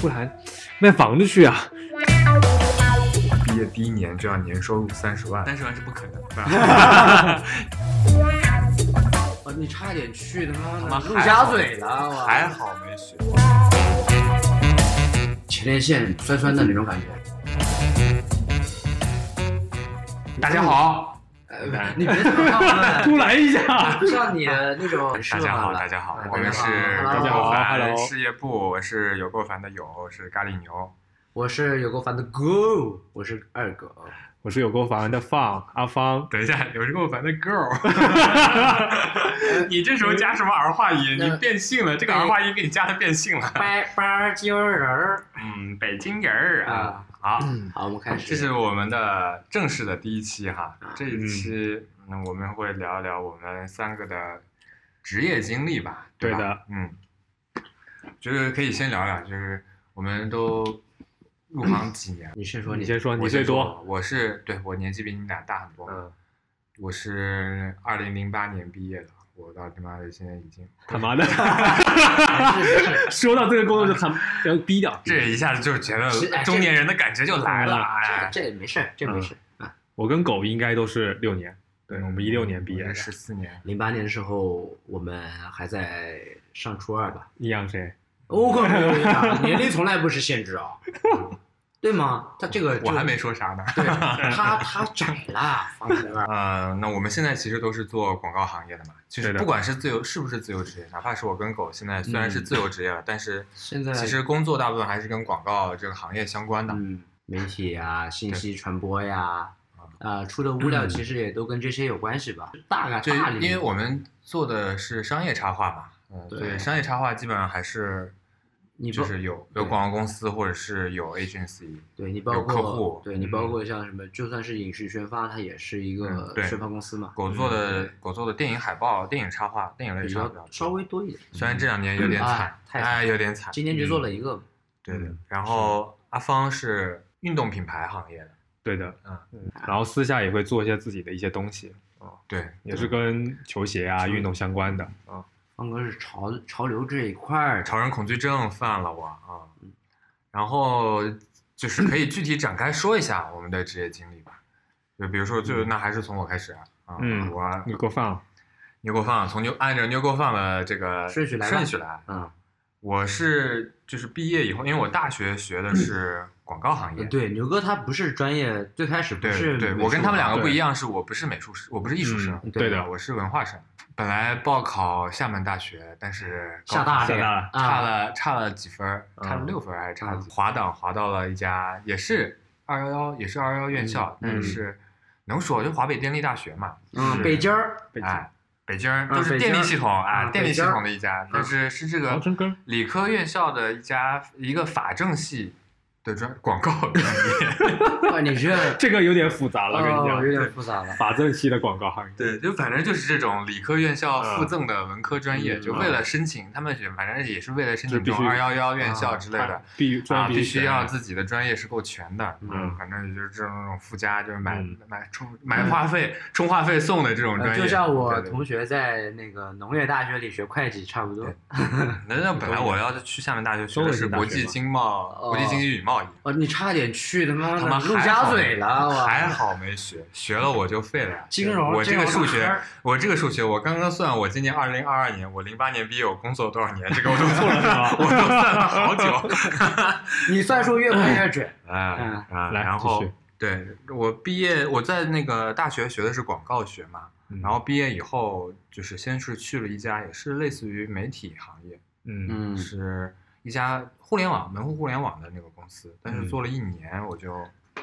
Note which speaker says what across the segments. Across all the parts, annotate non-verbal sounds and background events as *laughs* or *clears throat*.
Speaker 1: 不然卖房子去啊！
Speaker 2: 毕业第一年就要年收入三十万，
Speaker 3: 三十万是不可能的，
Speaker 4: 啊你差点去他妈
Speaker 3: 他
Speaker 4: 的
Speaker 3: 妈
Speaker 4: 陆
Speaker 3: 还
Speaker 4: 家
Speaker 3: 好
Speaker 4: 嘴了，我
Speaker 3: 还好没学。
Speaker 4: 前列腺酸酸的那种感觉。
Speaker 1: 大家好，
Speaker 2: 哎
Speaker 4: 呃，你别 *laughs*
Speaker 1: *laughs*
Speaker 4: 看
Speaker 1: 突然一下，
Speaker 4: 不像你的那种人设
Speaker 2: 大家好，
Speaker 4: 了
Speaker 2: 大家好
Speaker 4: 啊，
Speaker 2: 我们是
Speaker 4: 大
Speaker 2: 有
Speaker 4: 家
Speaker 1: 好
Speaker 2: 够
Speaker 1: Hello
Speaker 2: 烦事业部，我是有够烦的有，我是咖喱牛。
Speaker 4: 我是有够烦的狗，我是二狗。
Speaker 2: 哎
Speaker 1: 我是有够烦的放阿芳，
Speaker 2: 等一下，有够烦的 girl，你这时候加什么儿化音？
Speaker 4: 那
Speaker 2: 你变性了，这个儿化音给你加的变性了。
Speaker 4: 掰掰金人儿
Speaker 2: 嗯，北京人儿啊，好，
Speaker 4: 好，我们开始。，
Speaker 2: 啊这是我们的正式的第一期哈，这一
Speaker 1: 嗯
Speaker 2: 期嗯我们会聊一聊我们三个的职业经历吧，
Speaker 1: 对
Speaker 2: 吧
Speaker 1: 的，
Speaker 2: 嗯，就是可以先聊聊，就是我们都入行几年
Speaker 1: *clears throat*
Speaker 4: 你先说
Speaker 1: 嗯你
Speaker 4: 你
Speaker 1: 先说，你
Speaker 2: 我
Speaker 1: 最
Speaker 2: 先说
Speaker 1: 多，，
Speaker 2: 我是对我年纪比你们俩大很多，
Speaker 4: 嗯，
Speaker 2: 我是二零零八年毕业的，我到他妈的现在已经，
Speaker 1: 他妈的， *laughs*
Speaker 4: 是是是
Speaker 1: 说到这个工作就他妈要逼掉。
Speaker 2: 这一下子就觉得
Speaker 1: 啊
Speaker 4: 是哎这
Speaker 2: 中年人的感觉就来
Speaker 1: 嗯
Speaker 2: 了，*laughs*
Speaker 4: 这
Speaker 2: 哎，嗯
Speaker 4: 这没事儿，这没事儿。
Speaker 1: 我跟狗应该都是六年，对我们一六年毕业的。
Speaker 2: 十四年，
Speaker 4: 零八年的时候，我们还在上初二吧？哦
Speaker 1: 你养谁？
Speaker 4: 我靠，啊年龄从来不是限制啊，对吗？他这个就
Speaker 2: 我还没说啥呢。
Speaker 4: 对，他他窄了，放在那儿
Speaker 2: 呃，那我们现在其实都是做广告行业的嘛，其实
Speaker 1: 对的
Speaker 2: 不管是自由是不是自由职业，哪怕是我跟狗现在虽然是
Speaker 4: 嗯
Speaker 2: 自由职业了，但是
Speaker 4: 现在
Speaker 2: 其实工作大部分还是跟广告这个行业相关的。
Speaker 4: 嗯，媒体啊，信息传播呀，
Speaker 2: 嗯
Speaker 4: 啊，出的物料其实也都跟这些有关系吧？大概
Speaker 2: 就
Speaker 4: 大领域
Speaker 2: 嗯因为我们做的是商业插画嘛，嗯，
Speaker 4: 对
Speaker 2: 对，商业插画基本上还是
Speaker 4: 你不
Speaker 2: 就是有有
Speaker 4: 对
Speaker 2: 广告公司或者是有 agency，
Speaker 4: 对你包
Speaker 2: 有
Speaker 4: 括
Speaker 2: 客户
Speaker 4: 对你
Speaker 2: 嗯
Speaker 4: 包括像什么，就算是影视宣发，它也是一
Speaker 2: 嗯
Speaker 4: 个
Speaker 2: 对
Speaker 4: 宣发公司嘛，
Speaker 2: 狗做的
Speaker 4: 嗯
Speaker 2: 狗做的电影海报、电影插画、电影类
Speaker 4: 比
Speaker 2: 插画
Speaker 4: 较
Speaker 2: 比较多嗯
Speaker 4: 稍微多一点。
Speaker 2: 虽然这两年有点
Speaker 4: 嗯哎
Speaker 2: 惨，
Speaker 4: 太惨
Speaker 2: 哎，有点惨，
Speaker 4: 今年就做了一个，
Speaker 2: 对的
Speaker 1: 嗯。
Speaker 2: 然后阿芳是运动品牌行业的。
Speaker 1: 对的，
Speaker 2: 嗯
Speaker 1: 嗯，然后私下也会做一些自己的一些东西，
Speaker 2: 对，
Speaker 1: 也是跟球鞋啊、
Speaker 4: 嗯
Speaker 1: 运动相关的。
Speaker 4: 方哥是潮潮流这一块儿，
Speaker 2: 潮人恐惧症犯了我啊。
Speaker 4: 嗯
Speaker 2: 然后就是可以具体展开说一下我们的职业经历吧，就比如说，
Speaker 4: 嗯
Speaker 2: 就那还是从我开始啊。啊
Speaker 1: 嗯
Speaker 2: 我
Speaker 1: 你给我放，
Speaker 2: 牛锅放从牛按照牛锅放的这个
Speaker 4: 顺序来吧
Speaker 2: 顺序来。
Speaker 4: 嗯，
Speaker 2: 我是就是毕业以后，因为我大学学的是广告行业。
Speaker 4: 嗯对，牛哥他不是专业，最开始不
Speaker 2: 对
Speaker 4: 是
Speaker 2: 对，
Speaker 4: 美
Speaker 2: 我
Speaker 4: 术啊
Speaker 2: 跟他们两
Speaker 4: 嘛
Speaker 2: 个不
Speaker 1: 对
Speaker 2: 一样，是我不是美术生，我不是艺术生，
Speaker 1: 嗯
Speaker 4: 对
Speaker 1: 对的，
Speaker 2: 我是文化生。本来报考厦门大学，但是高
Speaker 4: 厦大
Speaker 1: 厦大
Speaker 4: 啊
Speaker 2: 差了差了几分儿，差了
Speaker 1: 嗯
Speaker 2: 六分儿还是差了几
Speaker 4: 嗯
Speaker 2: 滑档滑到了一家也是二幺幺也是二幺幺院校，
Speaker 4: 嗯
Speaker 2: 但是能说就华北电力大学嘛，
Speaker 4: 嗯，
Speaker 1: 是
Speaker 4: 北京儿， *laughs*
Speaker 1: 北京
Speaker 2: 哎，北京儿
Speaker 4: 嗯
Speaker 2: 都是
Speaker 4: 北
Speaker 2: 电力
Speaker 4: 京
Speaker 2: 系统啊，
Speaker 4: 嗯
Speaker 2: 电力
Speaker 4: 北
Speaker 2: 系
Speaker 4: 京儿
Speaker 2: 统的一家，但是是这
Speaker 1: 王
Speaker 2: 个
Speaker 1: 生根，
Speaker 2: 理科院校的一家一个法政系的专广告专
Speaker 4: 嗯
Speaker 2: 业，
Speaker 4: 哇，你这
Speaker 1: 这个有点复杂了，跟你
Speaker 4: 哦，有
Speaker 1: 讲，
Speaker 4: 点复杂了。
Speaker 1: 法政系的广告行业。
Speaker 2: *laughs* 对，就反正就是这种理科院校附
Speaker 1: 嗯
Speaker 2: 赠的文科专业，
Speaker 4: 嗯
Speaker 2: 就为了申请，他们也反正也是为了申
Speaker 1: 就
Speaker 2: 请
Speaker 1: 必
Speaker 2: 这
Speaker 1: 须
Speaker 2: 种二幺幺院校
Speaker 4: 啊
Speaker 2: 之类的，
Speaker 1: 必专
Speaker 2: 啊，
Speaker 1: 业
Speaker 2: 必须要
Speaker 1: 选
Speaker 2: 自己的专业是够全的，啊
Speaker 1: 嗯
Speaker 2: 反正也就是这种这种附加，就是买、
Speaker 1: 嗯
Speaker 2: 买充买话费、充话费送的这种
Speaker 4: 呃
Speaker 2: 专业。
Speaker 4: 就像我
Speaker 2: 对对
Speaker 4: 同学在那个农业大学里学会计差不多
Speaker 2: 对。那那本来我要去厦门大学学的是国际经贸、
Speaker 4: 哦
Speaker 2: 国际经济与贸易，
Speaker 4: 哦，你差点去他妈
Speaker 2: 他
Speaker 4: 的
Speaker 2: 妈
Speaker 4: 陆
Speaker 2: 还
Speaker 4: 家
Speaker 2: 好
Speaker 4: 嘴了，我
Speaker 2: 还好没学，学了我就废了呀。
Speaker 4: 金融
Speaker 2: 我这个
Speaker 4: 金融
Speaker 2: 数
Speaker 4: 大
Speaker 2: 学
Speaker 4: 坑儿，
Speaker 2: 我这个数学，我刚刚算，我今年二零二二年，我零八年毕业，我工作了多少年？这个我都算了，
Speaker 4: *laughs*
Speaker 2: 我都算了好久。 *laughs*
Speaker 4: 你算数越快越准。
Speaker 2: 哎啊，
Speaker 1: 来
Speaker 2: 然后
Speaker 1: 继续
Speaker 2: 对我毕业，我在那个大学学的是广告学嘛，
Speaker 1: 嗯
Speaker 2: 然后毕业以后，就是先是去了一家也是类似于媒体行业，
Speaker 1: 嗯
Speaker 4: 嗯
Speaker 2: 是一家互联网门户互联网的那个公司，但
Speaker 4: 嗯
Speaker 2: 是做了一年我就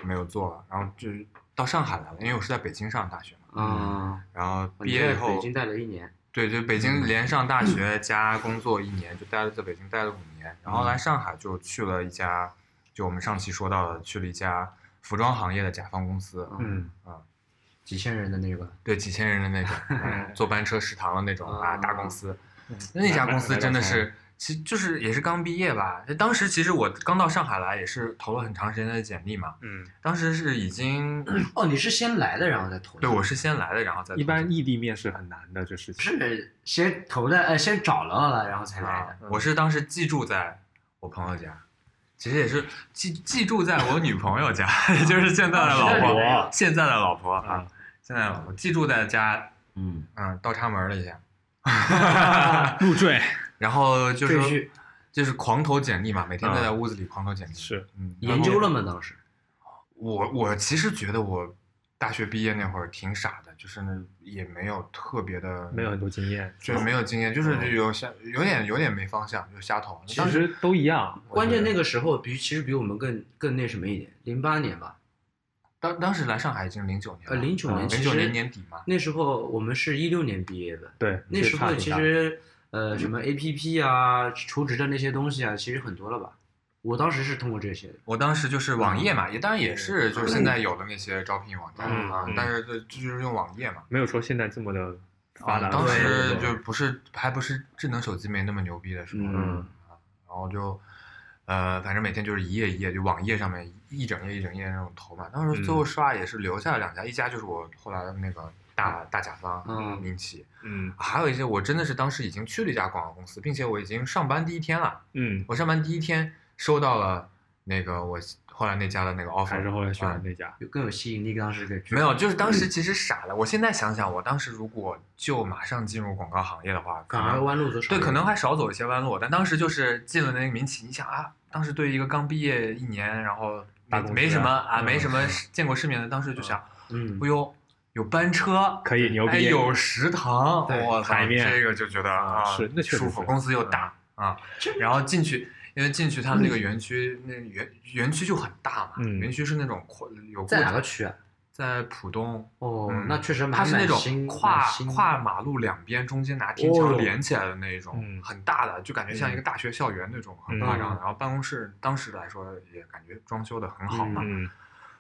Speaker 2: 没有做了，然后就到上海来了，因为我是在北京上大学嘛，
Speaker 4: 啊，
Speaker 2: 然后
Speaker 4: 你
Speaker 2: 嗯毕业以
Speaker 4: 在
Speaker 2: 后
Speaker 4: 北，京待了一年，
Speaker 2: 对对，北京连上大 *clears throat* 学加工作一年，就待了在北京待了五年，然后来上海就去了一家，就我们上期说到的，去了一家服装行业的甲方公司，
Speaker 1: 嗯
Speaker 4: 几千人的那个，
Speaker 2: 对几千人的 *laughs* 那种，嗯坐班车食堂的那种啊，
Speaker 4: 啊
Speaker 2: 大公司
Speaker 1: 嗯。
Speaker 2: *laughs* 那家公司真的是，其实就是也是刚毕业吧。当时其实我刚到上海来，也是投了很长时间的简历嘛。
Speaker 1: 嗯，
Speaker 2: 当时是已经， *clears throat*
Speaker 4: 哦，你是先来的，然后再投的。
Speaker 2: 对我是先来的，然后再
Speaker 1: 一般
Speaker 2: 投
Speaker 1: 异地面是很难的，这事情。
Speaker 4: 是先投的，呃，先找到了，然后才
Speaker 2: 的
Speaker 4: 来
Speaker 2: 啊
Speaker 4: 的。
Speaker 2: 我是当时寄住在我朋友家，其实也是寄寄住在我女朋友家，也就是现在的老
Speaker 1: 老
Speaker 2: 婆，
Speaker 1: 婆
Speaker 2: 现在的老婆啊
Speaker 1: 啊，，
Speaker 2: 现在的老婆寄住在家，
Speaker 4: 嗯，
Speaker 2: 嗯，倒插门了一下，
Speaker 1: 入赘
Speaker 2: 然后就
Speaker 4: 赘
Speaker 2: 是
Speaker 4: 婿
Speaker 2: 就是狂投简历嘛，每天都
Speaker 1: 啊
Speaker 2: 在屋子里狂投简历，
Speaker 1: 是
Speaker 2: 嗯，然
Speaker 4: 研
Speaker 2: 后
Speaker 4: 究了吗？当时
Speaker 2: 我我其实觉得我大学毕业那会儿挺傻的，就是呢也没有特别的，
Speaker 1: 没有很多经验，
Speaker 2: 就是没有经验，就是有瞎有点有点没方向，就瞎投。
Speaker 1: 其
Speaker 2: 当时
Speaker 1: 实都一样。
Speaker 2: 我
Speaker 4: 关
Speaker 2: 觉
Speaker 4: 键
Speaker 2: 得
Speaker 4: 那个时候比其实比我们更更那什么一点，零八年吧，
Speaker 2: 当当时来上海已经零九年了，
Speaker 4: 呃，零九年
Speaker 1: 嗯
Speaker 4: 其
Speaker 2: 零
Speaker 4: 实
Speaker 2: 九年年底嘛，
Speaker 4: 那时候我们是一六年毕业的，
Speaker 1: 对，
Speaker 4: 那时
Speaker 1: 差
Speaker 4: 候
Speaker 1: 挺
Speaker 4: 其
Speaker 1: 大
Speaker 4: 实
Speaker 2: 嗯
Speaker 4: 呃什么 A P P 啊、求职的那些东西啊，其实很多了吧。我当时是通过这些的，
Speaker 2: 我当时就是网页嘛，也当然
Speaker 4: 嗯
Speaker 2: 也是就是现在有的那些招聘网站
Speaker 1: 嗯
Speaker 2: 啊
Speaker 1: 嗯，
Speaker 2: 但是这就是用网页嘛。
Speaker 1: 没有说现在这么的发达了。
Speaker 2: 啊，当时
Speaker 4: 对对
Speaker 2: 就不是还不是智能手机没那么牛逼的时候，
Speaker 4: 嗯
Speaker 2: 啊然后就呃，反正每天就是一页一页，就网页上面一整页一整页那种投嘛。当时最后
Speaker 1: 嗯
Speaker 2: 刷也是留下了两家，一家就是我后来的那个大大甲方
Speaker 4: 嗯
Speaker 2: 民企，
Speaker 1: 嗯
Speaker 2: 还有一些我真的是当时已经去了一家广告公司，并且我已经上班第一天了，
Speaker 1: 嗯，
Speaker 2: 我上班第一天收到了那个我后来那家的那个
Speaker 1: 还是
Speaker 2: offer。啊
Speaker 1: 后来
Speaker 4: 啊
Speaker 1: 选的嗯那家。
Speaker 4: 有更有吸引力。当时可以去
Speaker 2: 没有，就是当时其实傻了。我现在想想，我当时如果就马上进入广告行业的话，可
Speaker 4: 反
Speaker 1: 啊
Speaker 2: 能
Speaker 4: 而弯路走少
Speaker 2: 对，
Speaker 4: 了
Speaker 2: 可能还少走一些弯路，但当时就是进了那个民企，你想啊，当时对于一个刚毕业一年，然后
Speaker 1: 大
Speaker 2: 没
Speaker 1: 公司
Speaker 2: 没什么啊，
Speaker 1: 嗯
Speaker 2: 没什么见过世面的，当时就想，
Speaker 4: 嗯
Speaker 2: 哎，呦，有班车，
Speaker 1: 可以牛逼
Speaker 2: 哎，有食堂，
Speaker 4: 对
Speaker 2: 我操
Speaker 1: 海面
Speaker 2: 这个就觉得
Speaker 1: 啊
Speaker 2: 啊，
Speaker 1: 是那确实
Speaker 2: 舒服，
Speaker 1: 是
Speaker 2: 公司又大啊，然后进去。因为进去他们那
Speaker 4: 嗯
Speaker 2: 个园区，那园园区就很大嘛，
Speaker 1: 嗯
Speaker 2: 园区是那种扩有
Speaker 4: 在哪
Speaker 2: 扩
Speaker 4: 个区啊？
Speaker 2: 在浦东，
Speaker 4: 哦
Speaker 2: 嗯，
Speaker 4: 那确实蛮
Speaker 2: 它是那
Speaker 4: 蛮新
Speaker 2: 种跨
Speaker 4: 蛮新
Speaker 2: 跨马路两边中间拿天
Speaker 4: 哦
Speaker 2: 桥
Speaker 4: 哟
Speaker 2: 连起来的那一种，
Speaker 1: 嗯
Speaker 2: 很大的，就感觉像一个大学校园那种，很夸张的。
Speaker 4: 嗯
Speaker 2: 然后办公室当时来说也感觉装修的很好嘛，
Speaker 1: 嗯，
Speaker 4: 啊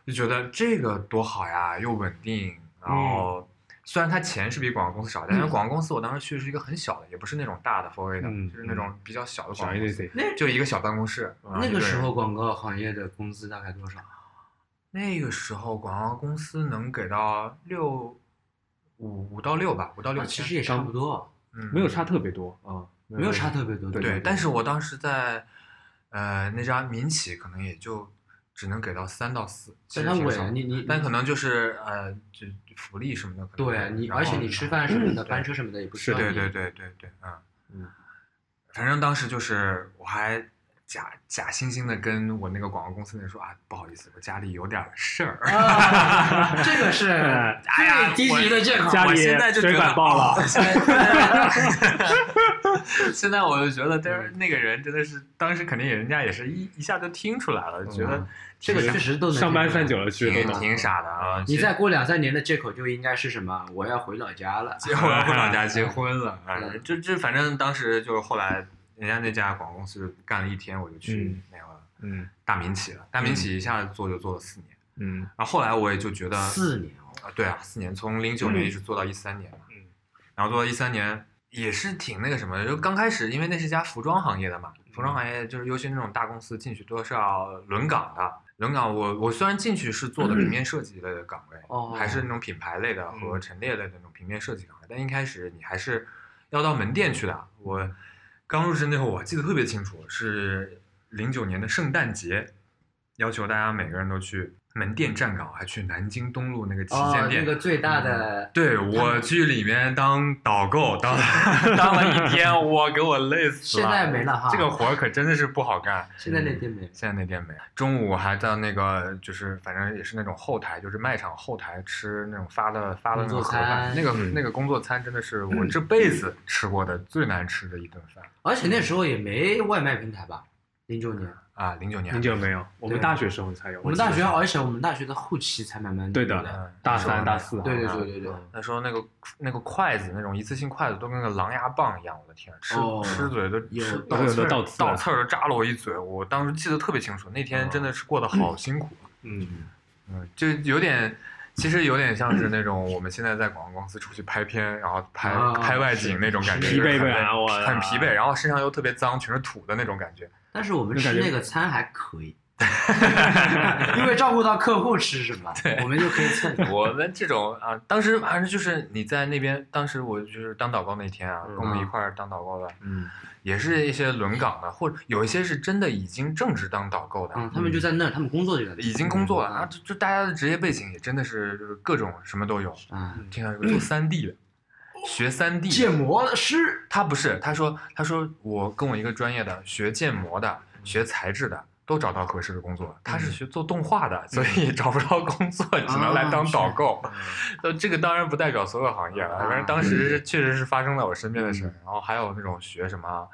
Speaker 2: 就觉得这个多好呀，又稳定。
Speaker 1: 嗯
Speaker 2: 然后虽然它钱是比广告公司少，但是广告公司我当时去是一个很小的，也不是那种大的 f o A 的，
Speaker 1: 嗯
Speaker 2: 就是那种比较小的
Speaker 1: 小
Speaker 2: 广
Speaker 4: 哦
Speaker 2: 告
Speaker 1: 一
Speaker 2: 公
Speaker 1: 点
Speaker 2: 司，
Speaker 1: 点。
Speaker 2: 就一个小办公室。啊
Speaker 4: 那
Speaker 2: 一
Speaker 4: 个
Speaker 2: 人
Speaker 4: 时候广告行业的工资大概多少？
Speaker 2: 那个时候广告公司能给到六五五到六吧，五到六
Speaker 4: 啊
Speaker 2: 千，
Speaker 4: 其实也差不多，
Speaker 2: 嗯
Speaker 1: 没有差特别多啊，
Speaker 4: 没有差特别多。
Speaker 1: 对
Speaker 2: 对，但是我当时在呃那家民企可能也就只能给到三到四，其
Speaker 4: 但
Speaker 2: 实
Speaker 4: 他
Speaker 2: 挺
Speaker 4: 稳
Speaker 2: 少
Speaker 4: 啊，
Speaker 2: 的，
Speaker 4: 你你
Speaker 2: 但可能就是呃就福利什么的可能
Speaker 4: 对你，
Speaker 2: 然
Speaker 4: 而且
Speaker 2: 后
Speaker 4: 你吃饭什么的，
Speaker 2: 对
Speaker 4: 班车什么的也不需
Speaker 1: 是
Speaker 4: 要
Speaker 2: 对
Speaker 4: 你
Speaker 2: 对对对对，嗯
Speaker 1: 嗯，
Speaker 2: 反正当时就是我还。假假惺惺的跟我那个广告公司的人说啊，不好意思，我家里有点事儿。
Speaker 4: 啊，这个是
Speaker 2: *laughs* 哎呀
Speaker 4: 最低级的借口。
Speaker 1: 家
Speaker 2: 我
Speaker 1: 里
Speaker 2: 现在就觉
Speaker 1: 水
Speaker 2: 得
Speaker 1: 管爆了
Speaker 2: 哦现在 *laughs* 现在我就觉得，但是那个人真的是，当时肯定也人家也是一一下就听出来了，觉得
Speaker 4: 嗯这个确实都能
Speaker 1: 上班站久了去
Speaker 2: 挺
Speaker 1: 都能
Speaker 2: 挺傻的啊。
Speaker 4: 嗯你
Speaker 2: 结
Speaker 4: 再过两三年的借口就应该是什么？我要回老家了。
Speaker 2: 结婚回老家结婚了，哎
Speaker 4: 嗯，
Speaker 2: 这这反正当时就是后来人家那家广告公司干了一天，我就去
Speaker 1: 嗯
Speaker 2: 那个
Speaker 1: 嗯
Speaker 2: 大民企了。大民企一下做就做了四年，
Speaker 1: 嗯
Speaker 2: 然后后来我也就觉得
Speaker 4: 四年哦，
Speaker 2: 啊，对啊，四年，从零九年一直做到一三年嘛，
Speaker 1: 嗯，
Speaker 2: 然后做到一三年也是挺那个什么的，就刚开始因为那是一家服装行业的嘛，服
Speaker 1: 嗯
Speaker 2: 装行业就是尤其那种大公司进去都是要轮岗的，轮岗我我虽然进去是做的平面设计类的岗位，
Speaker 4: 哦
Speaker 2: 还是那种品牌类的和
Speaker 1: 嗯
Speaker 2: 陈列类的那种平面设计岗位，但一开始你还是要到门店去的，我刚入职那会儿我记得特别清楚，是零九年的圣诞节，要求大家每个人都去门店站岗，还去南京东啊路那个旗舰
Speaker 4: 哦，
Speaker 2: 店。
Speaker 4: 那个最大的
Speaker 1: 嗯
Speaker 2: 对我去里面当导购，当当了一天，我给我累死了。
Speaker 4: 现在没了哈
Speaker 2: 这个活儿可真的是不好干。嗯
Speaker 4: 现在那店没了。
Speaker 2: 现在那店没了，中午还到那个就是反正也是那种后台，就是卖场后台吃那种发的发的那
Speaker 4: 工
Speaker 2: 种
Speaker 4: 作
Speaker 2: 盒饭，
Speaker 4: 餐
Speaker 2: 那个、
Speaker 1: 嗯
Speaker 2: 那个工作餐真的是我这辈子吃过的最难吃的一顿饭
Speaker 4: 而且那
Speaker 1: 嗯
Speaker 4: 时候也没外卖平台吧？零九年，
Speaker 2: 啊！零九年，
Speaker 1: 很久没有，我们
Speaker 4: 对
Speaker 1: 大学时候才有，
Speaker 4: 我们
Speaker 1: 记得
Speaker 4: 大学，而且我们大学的后期才慢慢
Speaker 1: 对的
Speaker 4: 有
Speaker 2: 嗯
Speaker 1: 大
Speaker 2: 那时候
Speaker 1: 三大四啊
Speaker 4: 对对对对对，
Speaker 2: 那时候那个那个筷子，那种一次性筷子都跟个狼牙棒一样，我的天，吃、
Speaker 4: 哦
Speaker 2: 吃嘴都
Speaker 4: 有
Speaker 2: 吃
Speaker 1: 有
Speaker 2: 刺
Speaker 1: 的
Speaker 2: 儿
Speaker 1: 倒
Speaker 2: 倒
Speaker 1: 刺了
Speaker 2: 刺儿都扎了我一嘴，我当时记得特别清楚，那天真的是过得好辛苦，
Speaker 1: 嗯，
Speaker 2: 嗯，就有点。其实有点像是那种我们现在在广告公司出去拍片，然后拍、
Speaker 4: 啊
Speaker 2: 拍外景那种感觉，
Speaker 1: 疲惫
Speaker 2: 就是很
Speaker 1: 感啊我 *laughs*
Speaker 2: 很疲惫，然后身上又特别脏，全是土的那种感觉。
Speaker 4: 但是我们
Speaker 1: 那感
Speaker 4: 吃
Speaker 1: 觉 *laughs*
Speaker 4: 那个餐还可以，因为照顾到客户吃什么，我们就可以蹭。
Speaker 2: 我们这种啊，当时反正就是你在那边，当时我就是当祷告那天啊，
Speaker 1: 嗯
Speaker 2: 跟我们一块儿当祷告的，
Speaker 1: 嗯，
Speaker 2: 也是一些轮岗的，或者有一些是真的已经正职当导购的，
Speaker 4: 嗯，他们就在那儿，他们工作就在那儿
Speaker 2: 已经工作了，
Speaker 4: 嗯
Speaker 2: 啊，就就大家的职业背景也真的是就是各种什么都有。
Speaker 4: 啊，
Speaker 2: 听到有个做三 D 的，学三 D
Speaker 4: 建模师
Speaker 2: 他不是，他说他说我跟我一个专业的学建模的、学材质的都找到合适的工作了，他
Speaker 4: 嗯
Speaker 2: 是学做动画的，所以找不到工作，只能
Speaker 4: 啊
Speaker 2: 来当导购。那、这个当然不代表所有行业了，
Speaker 4: 啊嗯
Speaker 2: 反正当时是确实是发生在我身边的事儿。然后还有那种学什么。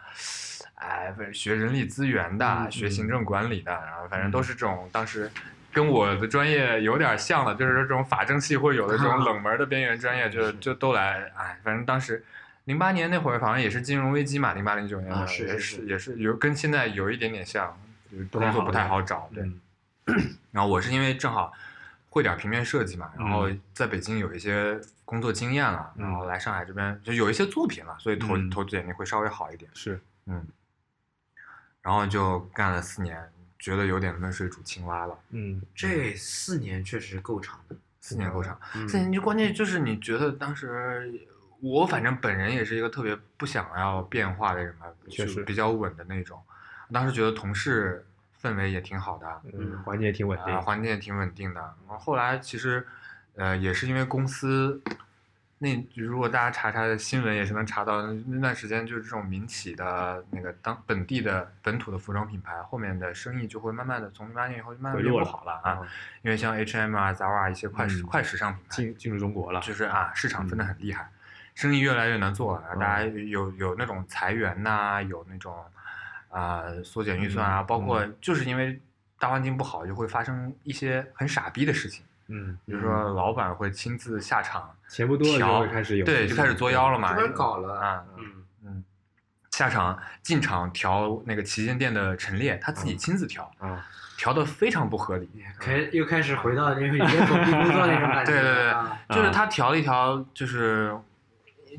Speaker 2: 哎，不是学人力资源的，
Speaker 4: 嗯
Speaker 2: 学行政管理的，然后反正都是这种，当时跟我的专业有点像的，就是这种法政系会有的这种
Speaker 4: 啊嗯
Speaker 2: 冷门的边缘专业，就是就都来。哎，反正当时零八年那会儿，好像也是金融危机嘛，零八零九年
Speaker 4: 啊
Speaker 2: 的，
Speaker 4: 是
Speaker 2: 也
Speaker 4: 是
Speaker 2: 也是有跟现在有一点点像，就是
Speaker 4: 不太
Speaker 2: 工作
Speaker 4: 好
Speaker 2: 不太好找。对，
Speaker 1: 嗯
Speaker 2: 然后我是因为正好会点平面设计嘛，然后在北京有一些工作经验了，
Speaker 1: 嗯
Speaker 2: 然后来上海这边就有一些作品了，所以投、
Speaker 1: 嗯
Speaker 2: 投简历会稍微好一点。
Speaker 1: 是，
Speaker 2: 然后就干了四年，觉得有点温水煮青蛙了，
Speaker 1: 嗯，
Speaker 4: 这四年确实够长的，
Speaker 2: 四年够长。
Speaker 4: 嗯
Speaker 2: 四年就关键就是你觉得当时我反正本人也是一个特别不想要变化的人嘛，
Speaker 1: 确
Speaker 2: 就
Speaker 1: 实
Speaker 2: 比较稳的那种。当时觉得同事氛围也挺好的，
Speaker 1: 嗯，环境也挺稳
Speaker 2: 啊，
Speaker 1: 定，
Speaker 2: 环境也挺稳定的。然后后来其实，呃，也是因为公司，那如果大家查查新闻也是能查到，那段时间就是这种民企的那个当本地的本土的服装品牌，后面的生意就会慢慢的从零八年以后就慢慢
Speaker 1: 回
Speaker 2: 地
Speaker 1: 落
Speaker 2: 不
Speaker 1: 了
Speaker 2: 好了啊，，因为像 H&M 啊、Zara 一些快
Speaker 1: 嗯
Speaker 2: 时、快时尚品牌，
Speaker 1: 进进入中国了，
Speaker 2: 就是啊，市场分
Speaker 1: 嗯
Speaker 2: 得很厉害，生意越来越难做了，大家有有那种裁员呐、有那种啊、缩减预算啊，
Speaker 1: 嗯
Speaker 2: 包括就是因为大环境不好，就会发生一些很傻逼的事情，
Speaker 1: 嗯，
Speaker 2: 比如说老板会亲自下场，
Speaker 1: 钱不多了就
Speaker 2: 调
Speaker 1: 会开始有，
Speaker 2: 对，就开始作妖了嘛
Speaker 4: 这，边搞了
Speaker 2: 啊，
Speaker 4: 嗯，
Speaker 2: 嗯，下场进场调那个旗舰店的陈列，他自己亲自调，
Speaker 1: 啊，
Speaker 2: 调的非常不合理，
Speaker 4: 开又开始回到那个以前躲避工作那种感觉，
Speaker 2: *laughs* 对对对
Speaker 4: 啊
Speaker 2: 就是他调了一条，就是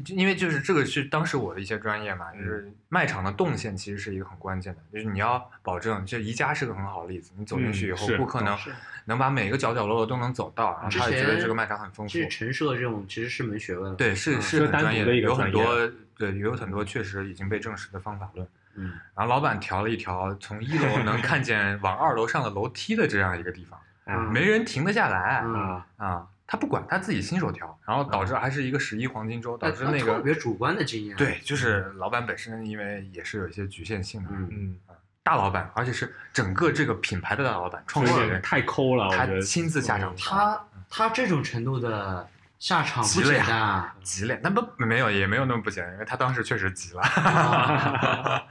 Speaker 2: 就因为就是这个是当时我的一些专业
Speaker 1: 嗯
Speaker 2: 嘛，就是卖场的动线其实是一个很关键的，就是你要保证，就宜家是个很好的例子，你走进去以
Speaker 1: 嗯
Speaker 2: 后，
Speaker 1: 是嗯
Speaker 2: 顾客能
Speaker 4: 是
Speaker 2: 能把每个角角落落都能走到，然后
Speaker 4: 之
Speaker 2: 他也觉得
Speaker 4: 前
Speaker 2: 这个卖场很丰富
Speaker 4: 其。实陈设这种其实是门学问，，
Speaker 2: 对，是
Speaker 4: 嗯
Speaker 2: 是
Speaker 1: 是
Speaker 2: 很
Speaker 1: 单
Speaker 2: 专
Speaker 1: 独
Speaker 2: 业
Speaker 1: 的一个
Speaker 2: 有很
Speaker 1: 专业
Speaker 2: 多对，有很多确实已经被证实的方法论。
Speaker 4: 嗯，
Speaker 2: 然后老板调了一条从一楼能看见往二楼上的楼梯的这样一个地方，
Speaker 1: 啊
Speaker 4: 嗯
Speaker 2: 没人停得下来。
Speaker 4: 嗯
Speaker 1: 啊，
Speaker 2: 啊，他不管，他自己亲手调，然后导致还是一个十一黄金周，导
Speaker 4: 但
Speaker 2: 致那
Speaker 4: 哎特
Speaker 2: 个
Speaker 4: 别主观的经验，啊
Speaker 2: 对，就是老板本身因为也是有一些局限性的，
Speaker 4: 嗯，
Speaker 1: 嗯，
Speaker 2: 大老板，而且是整个这个品牌的大老板，创
Speaker 1: 有
Speaker 2: 始
Speaker 1: 点
Speaker 2: 人，
Speaker 1: 太抠了，我
Speaker 2: 他
Speaker 1: 觉得嗯
Speaker 2: 亲自下场调，
Speaker 4: 他他这种程度的下场
Speaker 2: 急
Speaker 4: 不
Speaker 2: 嗯了
Speaker 4: 简
Speaker 2: 呀
Speaker 4: 单啊，
Speaker 2: 急了，那不没有也没有那么不简单，因为他当时确实急了， *laughs*
Speaker 4: 啊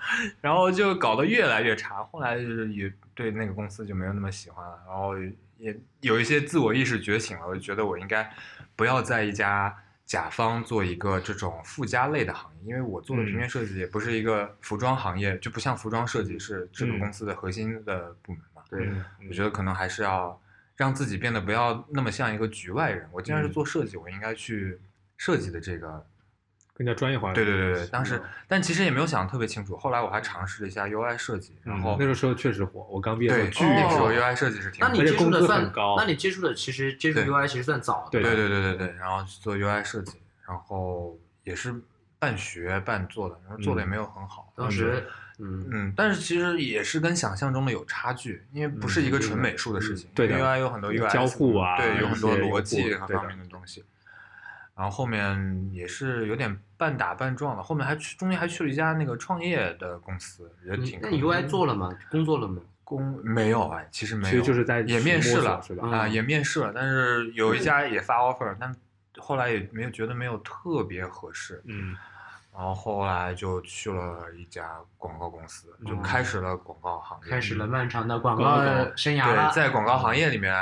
Speaker 2: 然后就搞得越来越差，后来就是也对那个公司就没有那么喜欢了，然后也有一些自我意识觉醒了，我就觉得我应该不要在一家甲方做一个这种附加类的行业，因为我做的
Speaker 1: 嗯
Speaker 2: 平面设计也不是一个服装行业，就不像服装设计是这个
Speaker 1: 嗯
Speaker 2: 公司的核心的部门嘛，
Speaker 4: 对，
Speaker 2: 我觉得可能还是要让自己变得不要那么像一个局外人，我既然是
Speaker 1: 嗯
Speaker 2: 做设计，我应该去设计的这个
Speaker 1: 更加专业化，
Speaker 2: 对对对对，当时
Speaker 4: 的
Speaker 2: 但其实也没有想得特别清楚。后来我还尝试了一下 UI 设计，然
Speaker 1: 嗯
Speaker 2: 后、
Speaker 1: 那个时候确实火，我刚毕业的时
Speaker 2: 对
Speaker 1: 候巨
Speaker 2: 那个时
Speaker 1: 火
Speaker 2: 候 UI 设计是挺
Speaker 4: 那
Speaker 2: 好的
Speaker 4: 你
Speaker 1: 而且
Speaker 4: 接触的
Speaker 1: 工资
Speaker 4: 算
Speaker 1: 很高，
Speaker 4: 那你接触的其实接触
Speaker 2: 对
Speaker 4: UI 其实算早的，
Speaker 1: 对啊
Speaker 2: 对对对对对，然后做 UI 设计，然后也是半学半做的，然后做的也
Speaker 1: 嗯
Speaker 2: 没有很好。
Speaker 4: 当时嗯
Speaker 2: 嗯，但是其实也是跟想象中的有差距，因为不是一个纯美术的事情，
Speaker 1: 嗯对的
Speaker 2: 因为 UI 有很多 UI
Speaker 1: 交互啊
Speaker 2: 对，有很多
Speaker 1: 一些
Speaker 2: 逻辑
Speaker 1: 用户
Speaker 2: 和
Speaker 1: 对的
Speaker 2: 方面的东西。然后后面也是有点半打半撞的，后面还去中间还去了一家那个创业的公司，也
Speaker 4: 你
Speaker 2: 嗯挺。
Speaker 4: 嗯那你 UI 做了吗？工作了吗？
Speaker 2: 工没有哎，其实没有，
Speaker 1: 其实就是在
Speaker 2: 也面
Speaker 1: 摸
Speaker 2: 试
Speaker 1: 索
Speaker 2: 了
Speaker 1: 是吧？嗯
Speaker 2: 啊、
Speaker 4: 嗯
Speaker 2: 也面试了，但是有一家也发 offer，但后来也没有觉得没有特别合适，
Speaker 1: 嗯
Speaker 2: 然后后来就去了一家广告公司，就开始了广告行业，
Speaker 4: 哦开始了漫长的广告
Speaker 2: 呃
Speaker 4: 的生涯了
Speaker 2: 嗯
Speaker 4: 嗯
Speaker 2: 对，，在广告行业里面，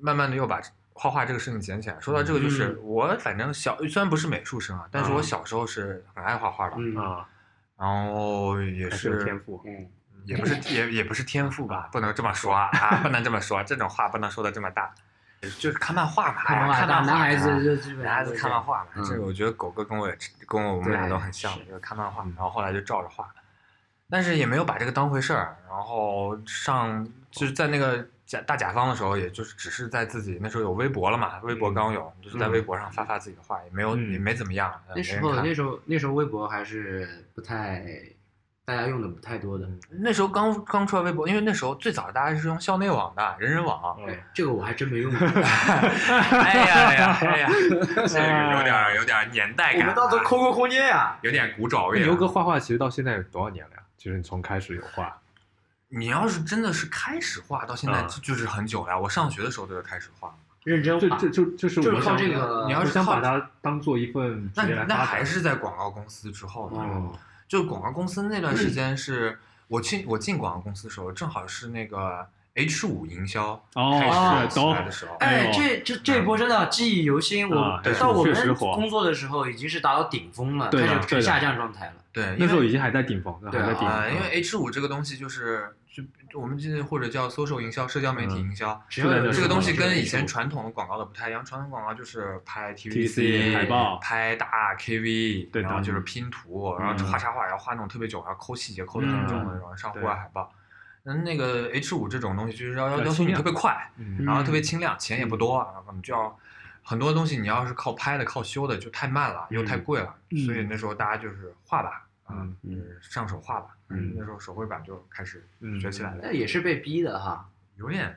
Speaker 2: 慢慢的又把画画这个事情捡起来。说到这个，就是、
Speaker 4: 嗯
Speaker 2: 我反正小虽然不是美术生啊，但是我
Speaker 1: 嗯
Speaker 2: 小时候是很爱画画的，
Speaker 4: 嗯
Speaker 1: 啊，
Speaker 2: 然后也
Speaker 1: 还是有天赋，
Speaker 4: 嗯
Speaker 2: 也不是也也不是天赋吧，不能这么说啊，啊不能这么说，这种话不能说的这么大，就是看漫画嘛，哎呀
Speaker 4: 看
Speaker 2: 看
Speaker 4: 漫
Speaker 2: 漫
Speaker 4: 画，
Speaker 2: 画，
Speaker 4: 男孩子
Speaker 2: 哎
Speaker 4: 就基本
Speaker 2: 男孩子看漫
Speaker 4: 上
Speaker 2: 画嘛，
Speaker 4: 嗯
Speaker 2: 这个我觉得狗哥跟我也跟我我们
Speaker 4: 对
Speaker 2: 俩都很像，
Speaker 4: 是嗯
Speaker 2: 就是看漫画，然后后来就照着画，但是也没有把这个当回事儿。然后上就是在那个甲大甲方的时候，也就是只是在自己那时候有微博了嘛，微
Speaker 4: 嗯
Speaker 2: 博刚有，就是在微博上发发自己的话，也没有、
Speaker 1: 嗯
Speaker 2: 也没怎么样，呃
Speaker 4: 那
Speaker 2: 没
Speaker 4: 时
Speaker 2: 人
Speaker 4: 候
Speaker 2: 看
Speaker 4: 那时候那时候微博还是不太大家用的不太
Speaker 2: *laughs*
Speaker 4: 多的，
Speaker 2: 那时候刚刚出来微博，因为那时候最早大家是用校内网的人人
Speaker 4: *laughs*
Speaker 2: 网。
Speaker 1: 嗯
Speaker 4: 这个我还真没
Speaker 2: *laughs*
Speaker 4: 用过。
Speaker 2: 哎呀哎呀哎
Speaker 4: *laughs*
Speaker 2: 呀，这个有点有点年代感啊，
Speaker 4: QQ 空间呀，
Speaker 2: 有点古早味
Speaker 1: 那
Speaker 2: 啊。
Speaker 1: 牛哥画画其实到现在有多少年了呀？就是你从开始有
Speaker 4: 啊
Speaker 1: 画，
Speaker 2: 你要是真的是开始画到现在，
Speaker 1: 嗯
Speaker 2: 就就是很久了。我上学的时候就开始画，
Speaker 4: *laughs* 认真
Speaker 1: 就
Speaker 4: 画
Speaker 1: 就。就就是
Speaker 4: 就是
Speaker 1: 我想
Speaker 4: 靠这个
Speaker 1: 我
Speaker 2: 你要是
Speaker 1: 想
Speaker 2: 靠
Speaker 1: 把它当做一份职
Speaker 2: 那
Speaker 1: 业来
Speaker 2: 那
Speaker 1: 发
Speaker 2: 还
Speaker 1: 展
Speaker 2: 是在广告公司之后呢。
Speaker 1: 嗯
Speaker 4: 哦，
Speaker 2: 就广告公司那段时间是，我进我进广告公司的时候，正好是那个 H 五营销开
Speaker 4: 哦
Speaker 2: 始
Speaker 4: 是
Speaker 2: 起来的时候。
Speaker 1: 哎
Speaker 4: 哎
Speaker 1: 呦，
Speaker 4: 这这这一波真的记忆犹新。我
Speaker 1: 啊
Speaker 2: 对
Speaker 4: 到我
Speaker 1: 确
Speaker 4: 们
Speaker 1: 实火
Speaker 4: 工作的时候已经是达到顶峰了，
Speaker 1: 对的
Speaker 4: 开始呈
Speaker 1: 对的
Speaker 4: 下降状态了。
Speaker 2: 对，
Speaker 1: 那时候嗯
Speaker 2: 因为
Speaker 1: 已经还在顶峰，那
Speaker 4: 对
Speaker 1: 还
Speaker 4: 啊
Speaker 1: 在顶
Speaker 2: 啊，
Speaker 1: 峰，
Speaker 2: 因为 H 五这个东西就是就我们这或者叫 social 营销、社交媒
Speaker 1: 嗯
Speaker 2: 体营销，
Speaker 4: 只要有
Speaker 1: 对
Speaker 2: 这个东西
Speaker 1: 是的
Speaker 2: 跟以
Speaker 1: 是
Speaker 2: 前
Speaker 1: 的
Speaker 2: 传统的广告的不太一样。传统广告就是拍
Speaker 1: TVC 海报
Speaker 2: 拍大 KV，
Speaker 1: 对的
Speaker 2: 然后就是拼图，然后
Speaker 1: 嗯
Speaker 2: 画插画，然后画那种特别久，然后抠细节抠的很重的
Speaker 1: 嗯
Speaker 2: 那种，上户
Speaker 1: 对
Speaker 2: 外海报。嗯，那个 H 五这种东西就是要要
Speaker 1: 要
Speaker 2: 要求
Speaker 1: 轻
Speaker 2: 你
Speaker 1: 量
Speaker 2: 特别快，
Speaker 1: 嗯
Speaker 2: 然后特别轻量，钱也不多，啊然后你就要很多东西你要是靠拍的、靠修的就太慢了，又太
Speaker 1: 嗯
Speaker 2: 贵了，
Speaker 1: 嗯
Speaker 2: 所以那时候大家就是画吧，啊
Speaker 1: 嗯，
Speaker 2: 就是上手画吧，
Speaker 1: 嗯
Speaker 2: 那时候手绘板就开始
Speaker 1: 嗯
Speaker 2: 学起来了，
Speaker 4: 那也是被逼的哈。
Speaker 2: 有点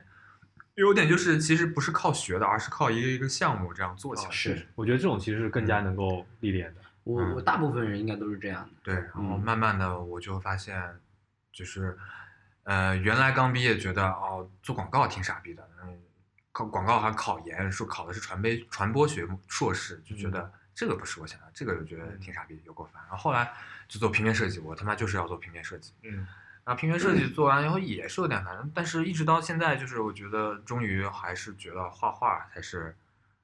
Speaker 2: 有点就是其实不是靠学的，而是靠一个一个项目这样做起来，
Speaker 4: 是
Speaker 1: 嗯我觉得这种其实是更
Speaker 4: 嗯
Speaker 1: 加能够历练的。
Speaker 4: 我
Speaker 2: 嗯
Speaker 4: 我大部分人应该都是这样的。
Speaker 2: 对，然后
Speaker 1: 嗯
Speaker 2: 慢慢的我就发现，就是，呃，原来刚毕业觉得哦做广告挺傻逼的，嗯，考广告还考研，说考的是传媒传播学硕士，
Speaker 1: 嗯
Speaker 2: 就觉得这个不是我想要，这个我觉得挺傻逼，有够烦。然后后来就做平面设计，我他妈就是要做平面设计。
Speaker 1: 嗯，
Speaker 2: 然后平面设计做完以后也是有点烦，但是一直到现在，就是我觉得终于还是觉得画画才是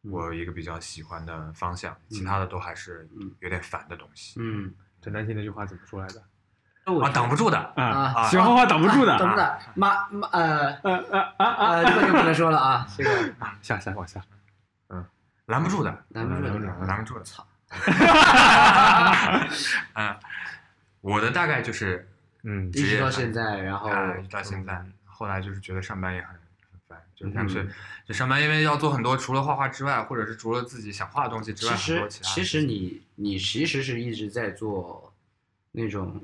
Speaker 1: 嗯
Speaker 2: 我一个比较喜欢的方向，其他的都还是
Speaker 4: 嗯
Speaker 2: 有点烦的东西。
Speaker 4: 嗯，
Speaker 1: 陈丹青那句话怎么说来着？
Speaker 4: 那我
Speaker 2: 啊，挡不住的，
Speaker 1: 啊，
Speaker 2: 啊
Speaker 1: 喜欢画画挡不住的。
Speaker 4: 等不住的，妈妈呃
Speaker 1: 呃呃啊啊！
Speaker 4: 呃，这个就不能说
Speaker 2: *laughs*
Speaker 4: 了啊，这个
Speaker 1: 啊下下往下，
Speaker 2: 拦不住的，
Speaker 4: *laughs*
Speaker 2: 呃
Speaker 4: 拦不住
Speaker 1: 拦不
Speaker 4: 的
Speaker 1: 住。
Speaker 2: 拦不住的。 *laughs*
Speaker 4: 操！
Speaker 2: 啊，我的大概就是
Speaker 1: 嗯
Speaker 4: 一
Speaker 2: 职
Speaker 4: 直
Speaker 2: 业
Speaker 4: 到
Speaker 2: 上
Speaker 4: 现在，然后
Speaker 2: 啊，一直到现在，后来就是觉得上班也很很烦，就是干
Speaker 4: 嗯
Speaker 2: 脆就上班，因为要做很多除了画画之外，或者是除了自己想画的东西之
Speaker 4: 其
Speaker 2: 外，很
Speaker 4: 实
Speaker 2: 多其他的
Speaker 4: 其实你你其实是一直在做那种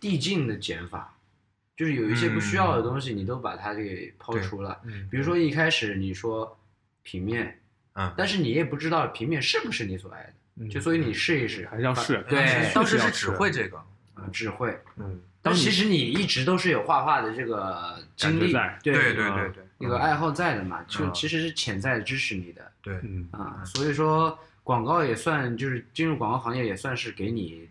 Speaker 4: 递进的减法，就是有一些不需要的东西你都把它给抛
Speaker 2: 对
Speaker 4: 除了。
Speaker 1: 嗯
Speaker 4: 比如说一开始你说平面，
Speaker 2: 嗯，
Speaker 4: 但是你也不知道平面是不是你所爱的，
Speaker 1: 嗯
Speaker 4: 就所以你试一试，
Speaker 1: 还是要试。
Speaker 4: 对
Speaker 2: 当时当时
Speaker 1: 是
Speaker 2: 是
Speaker 1: 要
Speaker 2: 只
Speaker 1: 吃
Speaker 2: 会这个，
Speaker 4: 只会。
Speaker 1: 嗯，
Speaker 4: 但
Speaker 1: 当
Speaker 4: 其
Speaker 1: 你
Speaker 4: 实你一直都是有画画的这个经历
Speaker 1: 感觉在，
Speaker 2: 对
Speaker 4: 对
Speaker 2: 对
Speaker 1: 嗯
Speaker 2: 对对
Speaker 4: 有个爱好在的嘛，就
Speaker 2: 嗯
Speaker 4: 其实是潜在的支持你的
Speaker 2: 对，
Speaker 1: 嗯
Speaker 4: 啊，
Speaker 2: 嗯
Speaker 4: 所以说广告也算就是进入广告行业也算是给你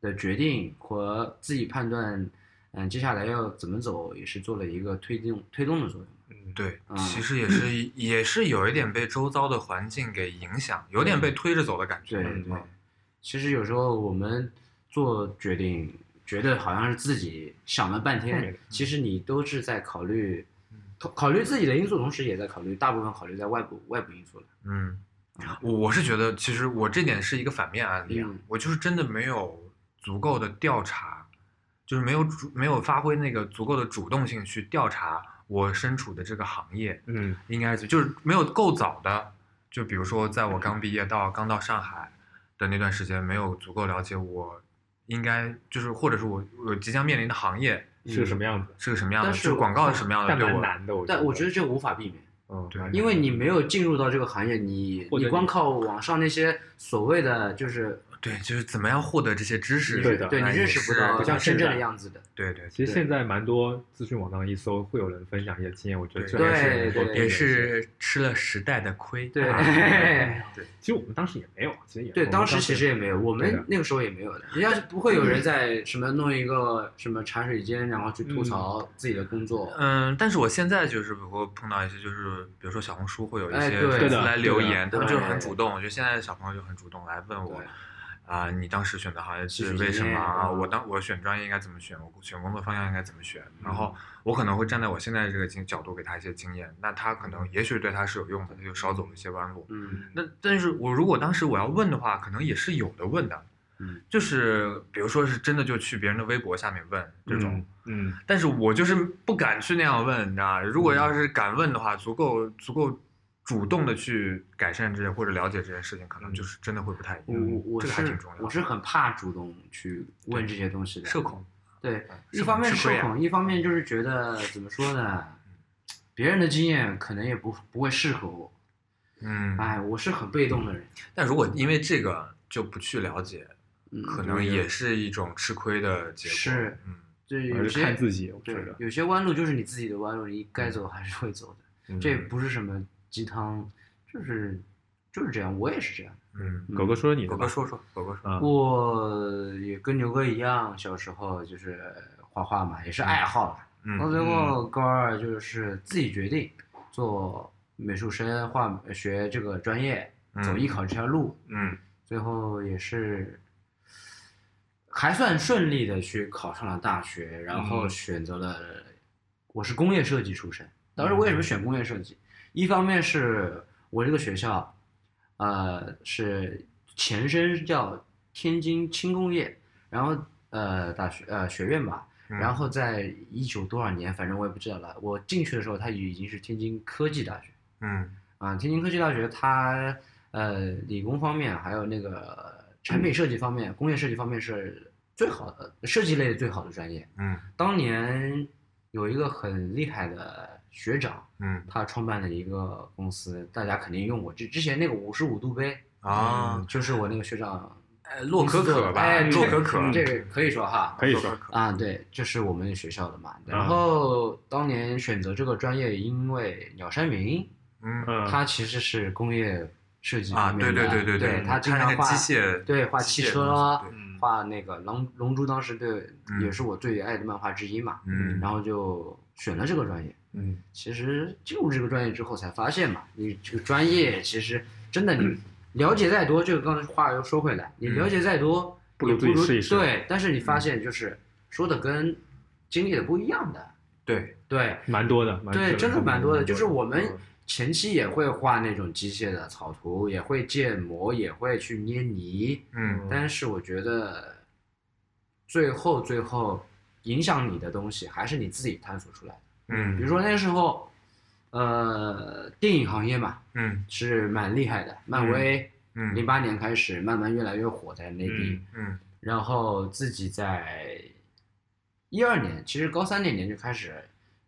Speaker 4: 的决定和自己判断，嗯，接下来要怎么走也是做了一个推动推动的作用。
Speaker 1: 嗯
Speaker 2: 对，
Speaker 4: 嗯
Speaker 2: 其实也是也是有一点被周遭的环境给影响，有点被推着走的感觉。
Speaker 4: 对
Speaker 1: 嗯
Speaker 4: 对，其实有时候我们做决定，觉得好像是自己想了半
Speaker 1: 后
Speaker 4: 天
Speaker 1: 面，
Speaker 4: 其实你都是在考虑
Speaker 2: 嗯，
Speaker 4: 考考虑自己的因素，同时也在考虑大部分考虑在外部外部因素了。
Speaker 2: 嗯，我我是觉得，其实我这点是一个反面案例啊，
Speaker 4: 啊嗯
Speaker 2: 我就是真的没有足够的调查，就是没有主没有发挥那个足够的主动性去调查我身处的这个行业
Speaker 1: 嗯
Speaker 2: 应该是就是没有够早的，就比如说在我刚毕业到刚到上海的那段时间，没有足够了解我应该就是或者是我我即将面临的行业
Speaker 1: 是个什么样子？
Speaker 2: 是个什么样的，
Speaker 4: 但是
Speaker 2: 就广告是什么样的，
Speaker 1: 但
Speaker 2: 对
Speaker 1: 蛮
Speaker 2: 我
Speaker 1: 难的，我
Speaker 4: 啊但我觉得这无法避免，
Speaker 1: 嗯
Speaker 2: 对
Speaker 1: 蛮
Speaker 4: 因为
Speaker 1: 难的
Speaker 4: 你没有进入到这个行业，你
Speaker 1: 或者
Speaker 4: 你
Speaker 1: 你
Speaker 4: 光靠网上那些所谓的就是
Speaker 2: 对就是怎么样获得这些知识，
Speaker 1: 对的
Speaker 4: 对
Speaker 2: 那
Speaker 4: 你
Speaker 2: 也
Speaker 4: 认识不
Speaker 2: 是
Speaker 4: 到
Speaker 1: 不像
Speaker 4: 真
Speaker 1: 现
Speaker 4: 正的
Speaker 1: 在
Speaker 4: 样子的。
Speaker 2: 对对
Speaker 1: 其实
Speaker 4: 对
Speaker 1: 现在蛮多资讯网上一搜，会有人分享一些经验，我觉得这
Speaker 2: 对
Speaker 1: 还是能够
Speaker 4: 对
Speaker 1: 避
Speaker 4: 对
Speaker 1: 免
Speaker 2: 也
Speaker 1: 一些
Speaker 2: 是吃了时代的亏。
Speaker 4: 对 *laughs*
Speaker 2: 啊对
Speaker 1: 其实我们当时也没有，啊其实也
Speaker 4: 对，
Speaker 1: 我们
Speaker 4: 当时其实也没有，我
Speaker 1: 对
Speaker 4: 们
Speaker 1: 的
Speaker 4: 那个时候也没有的。人家是不会有人在什么弄一个什么茶水间，然后去吐槽自己的工作。
Speaker 2: 嗯，但是我现在就是会碰到一些，就是比如说小红书会有一
Speaker 4: 哎
Speaker 2: 些
Speaker 4: 对
Speaker 2: 粉
Speaker 1: 对
Speaker 2: 丝
Speaker 1: 的
Speaker 2: 来
Speaker 1: 对
Speaker 2: 留
Speaker 1: 的
Speaker 2: 言，他们
Speaker 4: 对
Speaker 2: 就是很主动。我觉得现在的小朋友就很主动来问我
Speaker 4: 对，
Speaker 2: 啊，你当时选的行业
Speaker 4: 技
Speaker 2: 是
Speaker 4: 术
Speaker 2: 为什
Speaker 4: 经
Speaker 2: 么
Speaker 4: 验
Speaker 2: 啊？
Speaker 4: 嗯嗯
Speaker 2: 我当我选专业应该怎么选？我选工作方向应该怎么选？然后我可能会站在我现在这个经角度给他一些经验，那他可能也许对他是有用的，他就少走了一些弯路。
Speaker 4: 嗯
Speaker 2: 那但是我如果当时我要问的话，可能也是有的问的，
Speaker 4: 嗯
Speaker 2: 就是比如说是真的就去别人的微博下面问这种，
Speaker 1: 嗯，嗯，
Speaker 2: 但是我就是不敢去那样问，你知道吧？如果要
Speaker 4: 嗯
Speaker 2: 是敢问的话，足够足够主动的去改善这些或者了解这件事情，可能就是真的会不太一
Speaker 4: 嗯我
Speaker 2: 样。
Speaker 4: 我
Speaker 2: 嗯
Speaker 4: 我
Speaker 2: 这
Speaker 4: 是
Speaker 2: 个还挺重要的。
Speaker 4: 我是很怕主动去问这些东西的。
Speaker 2: 社恐，
Speaker 4: 对，
Speaker 2: 嗯
Speaker 4: 一方面
Speaker 2: 社
Speaker 4: 社
Speaker 2: 恐吃亏啊
Speaker 4: 恐，一方面就是觉得怎么说呢，别人的经验可能也不不会适合我。
Speaker 2: 嗯，
Speaker 4: 哎，我是很被动的人，
Speaker 2: 但如果因为这个就不去了解，
Speaker 4: 嗯
Speaker 2: 可能也是一种吃亏的结果。
Speaker 4: 是，
Speaker 2: 嗯，
Speaker 4: 对
Speaker 1: 还
Speaker 4: 有
Speaker 1: 是看
Speaker 4: 些
Speaker 1: 自己，我觉
Speaker 4: 对
Speaker 1: 得，
Speaker 4: 有些弯路就是你自己的弯路，你该走还是会走的。
Speaker 1: 嗯
Speaker 4: 这不是什么鸡汤，就是就是这样，我也是这样。
Speaker 2: 嗯，
Speaker 1: 狗哥说说你
Speaker 2: 狗
Speaker 1: 的吧
Speaker 2: 哥，说说，狗哥说，
Speaker 1: 啊，
Speaker 4: 我也跟牛哥一样，小时候就是画画嘛，也是爱好啦。到
Speaker 2: 嗯
Speaker 4: 最后高二就是自己决定做美术生，画学这个专业，走艺考这条路。
Speaker 2: 嗯
Speaker 4: 最后也是还算顺利的去考上了大学，然后
Speaker 1: 嗯
Speaker 4: 选择了我是工业设计出身。当时为什么选工业设计？一方面是我这个学校，呃，是前身叫天津轻工业，然后呃大学呃学院吧，
Speaker 2: 嗯，
Speaker 4: 然后在一九多少年，反正我也不知道了。我进去的时候，它已经是天津科技大学。
Speaker 2: 嗯
Speaker 4: 啊，天津科技大学它呃理工方面还有那个产品设计方面、工业设计方面是最好的设计类最好的专业。
Speaker 2: 嗯
Speaker 4: 当年有一个很厉害的学长，
Speaker 2: 嗯
Speaker 4: 他创办了一个公司，大家肯定用过。之之前那个五十五度杯
Speaker 2: 啊
Speaker 4: 嗯，就是我那个学长
Speaker 2: 呃洛可可吧
Speaker 4: 哎，，对
Speaker 2: 洛可可，
Speaker 4: 这个可以说哈，
Speaker 1: 可以
Speaker 2: 洛
Speaker 1: 说
Speaker 2: 可可，
Speaker 4: 啊，对，这是我们学校的嘛。然
Speaker 1: 嗯
Speaker 4: 后当年选择这个专业，因为鸟山明
Speaker 2: 嗯
Speaker 1: 嗯，
Speaker 4: 他其实是工业设计
Speaker 2: 啊，
Speaker 4: 方面
Speaker 2: 对
Speaker 4: 的，
Speaker 2: 对对
Speaker 4: 对
Speaker 2: 对，
Speaker 4: 他经
Speaker 2: 看
Speaker 4: 常
Speaker 2: 那个
Speaker 4: 画
Speaker 2: 机械，
Speaker 4: 对画
Speaker 2: 机
Speaker 4: 汽
Speaker 2: 械
Speaker 4: 车
Speaker 2: 的
Speaker 4: 啊
Speaker 2: 东西，
Speaker 1: 嗯
Speaker 4: 画那个龙龙珠，当时对、
Speaker 2: 嗯
Speaker 4: 也是我最爱的漫画之一嘛，
Speaker 2: 嗯
Speaker 4: 然后就选了这个专业。
Speaker 1: 嗯，
Speaker 4: 其实进入这个专业之后才发现嘛，你这个专业其实真
Speaker 2: *clears throat*
Speaker 4: 的你了解再多，这个刚才话又说回来，
Speaker 2: 嗯
Speaker 4: 你了解再多，
Speaker 1: 不
Speaker 4: 也
Speaker 1: 如自己试一试
Speaker 4: 对，但是你发现就是说的跟经历的不一样的，
Speaker 2: 对，
Speaker 4: 对，
Speaker 1: 嗯蛮多的，蛮
Speaker 4: 对，真的蛮多的。就是我们
Speaker 1: 嗯
Speaker 4: 前期也会画那种机械的草图，也会建模，也会去捏泥，
Speaker 2: 嗯
Speaker 4: 但是我觉得最后最后影响你的东西还是你自己探索出来的。
Speaker 2: 嗯，
Speaker 4: 比如说那时候，呃，电影行业嘛
Speaker 2: 嗯
Speaker 4: 是蛮厉害的，漫威
Speaker 2: 嗯
Speaker 4: 零八年开始慢慢越来越火在内地，
Speaker 1: 嗯
Speaker 2: 嗯
Speaker 4: 然后自己在一二年，其实高三那年就开始，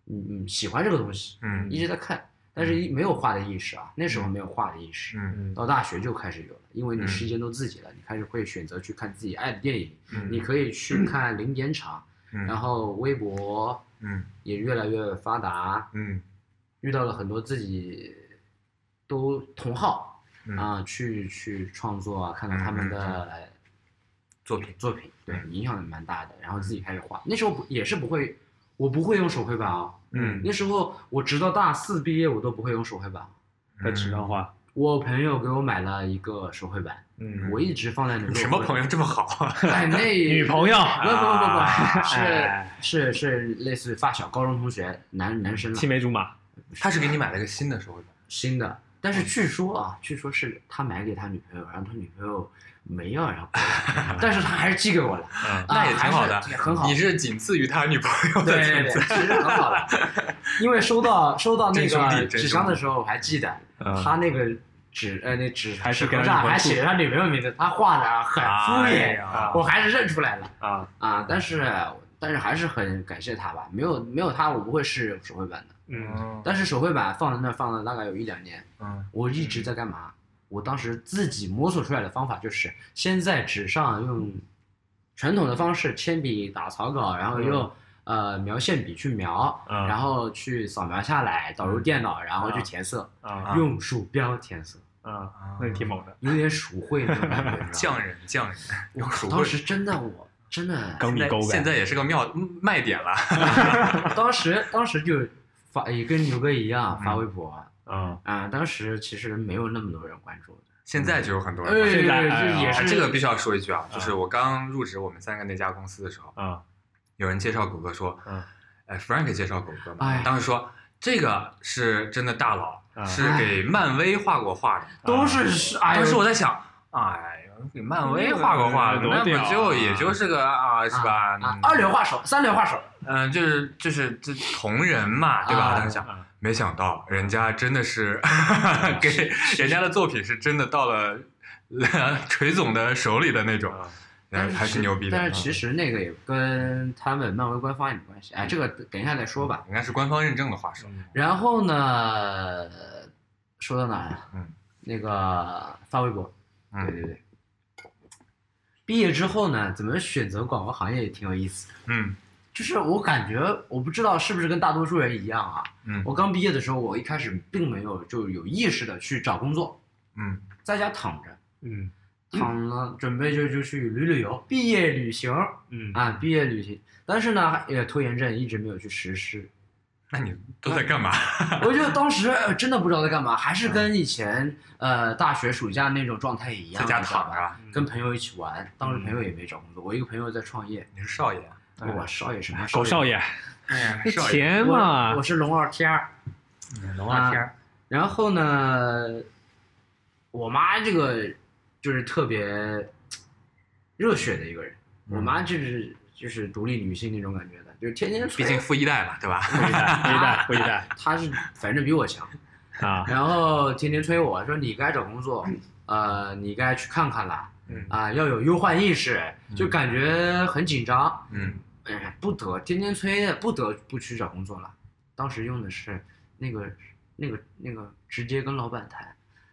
Speaker 4: 嗯嗯，喜欢这个东西，
Speaker 2: 嗯
Speaker 4: 一直在看，但是一没有画的意识啊，那时候没有画的意识，
Speaker 2: 嗯
Speaker 1: 嗯，
Speaker 4: 到大学就开始有了，因为你
Speaker 2: 嗯
Speaker 4: 时间都自己了，你开始会选择去看自己爱的电影，
Speaker 2: 嗯，
Speaker 4: 你可以去看零点场，
Speaker 2: 嗯，
Speaker 4: 然后微博
Speaker 2: 嗯
Speaker 4: 也越来越发达，
Speaker 2: 嗯
Speaker 4: 遇到了很多自己都同好
Speaker 2: 嗯
Speaker 4: 啊，去去创作啊，看看他们的。哎
Speaker 2: 作品，
Speaker 4: 作品，对，
Speaker 2: 嗯
Speaker 4: 影响蛮大的。然后自己开始画，那时候不也是不会，我不会用手绘板啊、
Speaker 2: 嗯
Speaker 4: 那时候我直到大四毕业，我都不会用手绘板。
Speaker 1: 嗯在纸上画，
Speaker 4: 我朋友给我买了一个手绘板，
Speaker 1: 嗯，
Speaker 4: 我一直放在那。
Speaker 2: 你什么朋
Speaker 4: 友？
Speaker 2: 友这么好啊？
Speaker 4: *laughs* 哎，
Speaker 2: *laughs*
Speaker 4: 那
Speaker 1: 女朋友，
Speaker 4: 不不不不不，是
Speaker 1: 哎
Speaker 4: 是是类似于发小、高中同学，男男生啦
Speaker 1: 青梅竹马，
Speaker 2: 他是给你买了个新的手绘板，
Speaker 4: 新的。但是据说啊，据说是他买给他女朋友，然后他女朋友没要，然后给我，但是他还是寄给我了，
Speaker 1: 嗯，
Speaker 2: 那也
Speaker 4: 啊
Speaker 2: 挺好的
Speaker 4: 还是也很好。
Speaker 2: 你是仅次于他女朋友的
Speaker 4: 对对
Speaker 2: 存
Speaker 4: 对，
Speaker 2: 在。
Speaker 4: 其实很好的，因为收到收到那
Speaker 2: 真兄弟
Speaker 4: 个
Speaker 2: 真
Speaker 4: 纸
Speaker 2: 兄
Speaker 4: 箱的
Speaker 2: 弟
Speaker 4: 时候，我还记得
Speaker 1: 嗯
Speaker 4: 他那个纸呃那纸
Speaker 1: 还是
Speaker 4: 纸
Speaker 1: 跟
Speaker 4: 盒
Speaker 1: 他女朋友
Speaker 4: 上还
Speaker 1: 住
Speaker 4: 写着他女朋友名字，他画的啊很敷
Speaker 2: 哎
Speaker 4: 衍，
Speaker 2: 呀
Speaker 4: 我还是认出来了
Speaker 1: 啊，
Speaker 4: 啊。但是但是还是很感谢他吧，没有没有他我不会是手绘板的。
Speaker 1: 嗯，
Speaker 4: 但是手绘板放在那儿放了大概有一两年，
Speaker 2: 嗯
Speaker 4: 我一直在干嘛？我当时自己摸索出来的方法就是先在纸上用传统的方式，铅笔打草稿，然后用、呃描线笔去描，
Speaker 1: 嗯
Speaker 4: 然后去扫描下来，导入电脑，然后去填色，
Speaker 1: 啊
Speaker 4: 用鼠标填色，
Speaker 1: 啊，
Speaker 2: 嗯
Speaker 1: 那你挺猛的，
Speaker 4: 有点鼠绘那种感觉。你知道吗
Speaker 2: 匠人，匠人，用手
Speaker 4: 我
Speaker 2: 绘
Speaker 4: 当。时真的我真的，
Speaker 1: 钢笔
Speaker 2: 现在
Speaker 1: 勾呗，
Speaker 2: 现在也是个妙嗯卖点了。
Speaker 4: 当时当时就发也跟牛哥一样发微博啊、
Speaker 1: 啊，
Speaker 4: 当时其实没有那么多人关注的，
Speaker 2: 现在就有很多
Speaker 4: 哎
Speaker 2: 人。
Speaker 1: 现在
Speaker 4: 这
Speaker 1: 哎呀
Speaker 4: 也是、
Speaker 2: 啊这个必须要说一句啊，就是我刚入职我们三个那家公司的时候，
Speaker 1: 啊，
Speaker 2: 有人介绍狗哥说
Speaker 1: 嗯，
Speaker 2: 哎，Frank 介绍狗哥嘛
Speaker 4: 哎，嗯
Speaker 2: 当时说这个是真的大佬
Speaker 1: 啊，
Speaker 2: 是给漫威画过画的。
Speaker 4: 都是是哎
Speaker 2: 当
Speaker 4: 呦哎
Speaker 2: 时我在想，哎呀，给漫威画过画，
Speaker 1: 多
Speaker 2: 那
Speaker 1: 屌
Speaker 2: 不
Speaker 1: 啊
Speaker 2: 就也就是个啊，是吧？
Speaker 4: 啊
Speaker 2: 嗯，
Speaker 4: 二流画手，三流画手，
Speaker 2: 嗯，就是就是这同人嘛，对吧？
Speaker 4: 啊
Speaker 2: 当时想，没想到人家真的
Speaker 4: *laughs*
Speaker 2: 是给人家的作品是真的到了 *laughs* 锤总的手里的那种，
Speaker 1: 啊
Speaker 4: 但
Speaker 2: 还
Speaker 4: 是
Speaker 2: 还是
Speaker 4: 其
Speaker 2: 牛逼的。
Speaker 4: 但是其
Speaker 2: 嗯
Speaker 4: 实那个也跟他们漫威官方有关系，哎，这个等一下再说吧。
Speaker 2: 应该是官方认证的画手，
Speaker 4: 然后呢，说到哪儿啊？
Speaker 2: 嗯，
Speaker 4: 那个发微博，对
Speaker 2: 嗯
Speaker 4: 对对。毕业之后呢，怎么选择广告行业也挺有意思的。
Speaker 2: 嗯
Speaker 4: 就是我感觉，我不知道是不是跟大多数人一样啊。
Speaker 2: 嗯
Speaker 4: 我刚毕业的时候，我一开始并没有就有意识的去找工作，
Speaker 2: 嗯
Speaker 4: 在家躺着，
Speaker 1: 嗯
Speaker 4: 躺了准备就就去旅旅游，毕业旅行
Speaker 1: 嗯，
Speaker 4: 啊，毕业旅行。但是呢，也拖延症一直没有去实施。
Speaker 2: 那你都在干嘛？
Speaker 4: 我就当时、呃真的不知道在干嘛，还是跟以前呃大学暑假那种状态一样，
Speaker 2: 在家
Speaker 4: 你知道
Speaker 2: 躺
Speaker 4: 吧，
Speaker 2: 着？啊
Speaker 4: 跟朋友一起玩。当时朋友也没找工作，我一个朋友在创业，
Speaker 2: 你是少爷？
Speaker 1: 嗯
Speaker 4: 我少爷什么
Speaker 1: 狗少爷，
Speaker 2: 哎呀
Speaker 1: 这
Speaker 2: 少爷，
Speaker 1: 钱嘛
Speaker 4: 我，我是龙二天儿。
Speaker 1: 龙
Speaker 4: 二天
Speaker 1: 天，
Speaker 4: 然后呢，我妈这个就是特别热血的一个人，
Speaker 2: 嗯
Speaker 4: 我妈就是就是独立女性那种感觉的，就是天天
Speaker 2: 毕竟富一代嘛，对吧？
Speaker 1: 不一代，不一代，不一代
Speaker 4: 她是反正比我强，
Speaker 1: 啊！
Speaker 4: *laughs* 然后天天催我说你该找工作，呃，你该去看看啦，
Speaker 2: 嗯
Speaker 4: 啊、要有忧患意识，就
Speaker 2: 嗯
Speaker 4: 感觉很紧张，
Speaker 2: 嗯
Speaker 4: 哎，不得，天天催，不得不去找工作了。当时用的是那个那个那个直接跟老板谈。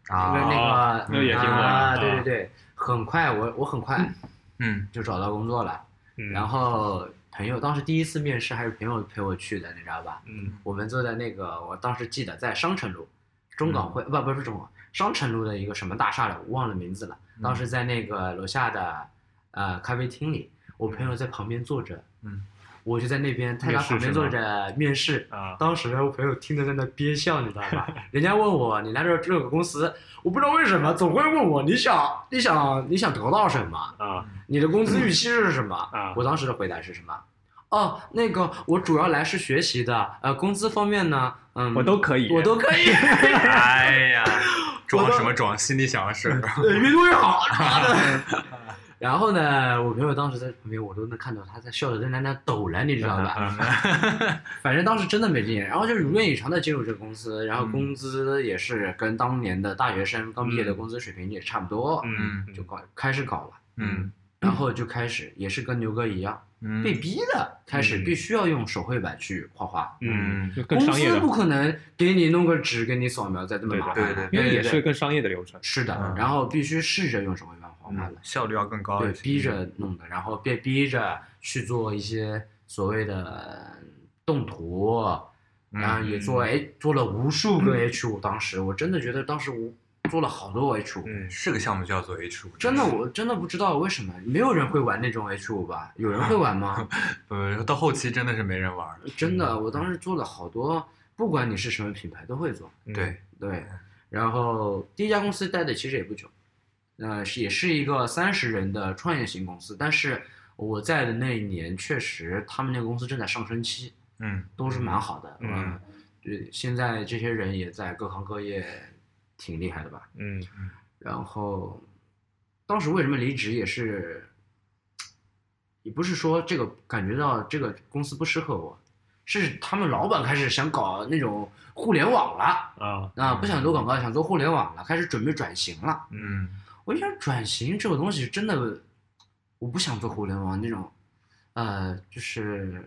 Speaker 4: 因为那
Speaker 2: 啊
Speaker 4: 个
Speaker 2: 那个也挺好的
Speaker 4: 啊，
Speaker 1: 啊
Speaker 4: 对对对，很快我我很快
Speaker 2: 嗯
Speaker 4: 就找到工作了，
Speaker 1: 嗯
Speaker 4: 然后朋友当时第一次面试还是朋友陪我去的，你知道吧？
Speaker 1: 嗯
Speaker 4: 我们坐在那个我当时记得在商城路，中
Speaker 1: 嗯
Speaker 4: 港汇不不是中港商城路的一个什么大厦了，我忘了名字了。当
Speaker 1: 嗯
Speaker 4: 时在那个楼下的呃咖啡厅里，我朋友在旁边坐着，
Speaker 2: 嗯，
Speaker 4: 我就在那边他
Speaker 1: 面
Speaker 4: 家
Speaker 1: 试
Speaker 4: 旁边
Speaker 1: 是吗
Speaker 4: 坐着面试，
Speaker 1: 啊，
Speaker 4: 当时我朋友听着在那憋笑，你知道
Speaker 1: *laughs*
Speaker 4: 吧？人家问我你来这这个公司，我不知道为什么总会问我你想你想你想得到什么，
Speaker 1: 啊
Speaker 4: 你的工资预期是什么？
Speaker 1: 啊
Speaker 4: 我当时的回答是什么？哦，那个我主要来是学习的，呃，工资方面呢，嗯，
Speaker 1: 我都可以，
Speaker 4: 我都可
Speaker 1: *laughs*
Speaker 4: 以，
Speaker 2: 哎呀，
Speaker 4: 我
Speaker 2: 装
Speaker 4: 都
Speaker 2: 什么装？心里想的是，
Speaker 4: 对越多越好，妈的。
Speaker 1: 啊
Speaker 4: *laughs* 然后呢，我朋友当时在旁边，我都能看到他在笑的在那那抖了，你知道
Speaker 1: 啊
Speaker 4: 吧？ *laughs*
Speaker 1: 嗯
Speaker 4: 反正当时真的没经验，然后就如愿以偿的进入这个公司，
Speaker 1: 嗯
Speaker 4: 然后工资也是跟当年的大学生刚毕业的工资水平也差不多，
Speaker 1: 嗯
Speaker 4: 就搞开始搞了，
Speaker 2: *laughs* 嗯
Speaker 4: 然后就开始也是跟牛哥一样
Speaker 2: 嗯，
Speaker 4: 被逼的，开始
Speaker 1: 嗯
Speaker 4: 必须要用手绘板去画画，
Speaker 1: 嗯，
Speaker 2: 嗯
Speaker 1: 就更
Speaker 4: 公
Speaker 1: 商业
Speaker 4: 司
Speaker 1: 的
Speaker 4: 不，可能给你弄个纸给你扫描再这么
Speaker 1: 对的
Speaker 4: 麻烦，啊
Speaker 2: 对对
Speaker 1: 因为也
Speaker 4: 对
Speaker 1: 是更商业的流程，
Speaker 4: 是的
Speaker 2: 嗯，
Speaker 4: 然后必须试着用手绘板画画
Speaker 2: 嗯
Speaker 4: 了，，
Speaker 2: 效率要更高
Speaker 4: 对，
Speaker 2: 一些。
Speaker 4: 逼着弄的，然后被逼着去做一些所谓的动图，然后也做
Speaker 1: 嗯
Speaker 4: H 做了无数个 H 五，当时我真的觉得当时我做了好多 H 五，
Speaker 1: 嗯
Speaker 2: 是个项目叫做 H 五，
Speaker 4: 真的我真的不知道为什么没有人会玩那种 H 五吧？有人会玩吗？
Speaker 2: 呃到后期真的是没人玩儿。
Speaker 4: 真的，我当时做了好多，不管你是什么品牌都会做。
Speaker 2: 对，
Speaker 4: 对，然后第一家公司待的其实也不久，呃，是也是一个三十人的创业型公司，但是我在的那一年，确实他们那个公司正在上升期，
Speaker 2: 嗯
Speaker 4: 都是蛮好的，
Speaker 1: 嗯，
Speaker 4: 对，现在这些人也在各行各业挺厉害的吧。
Speaker 1: 嗯
Speaker 4: 然后当时为什么离职也是，也不是说这个感觉到这个公司不适合我，是他们老板开始想搞那种互联网了。
Speaker 1: 啊
Speaker 4: 啊，不想做广告，想做互联网了，开始准备转型了。
Speaker 2: 嗯
Speaker 4: 我就想转型这个东西真的，我不想做互联网那种，呃，就是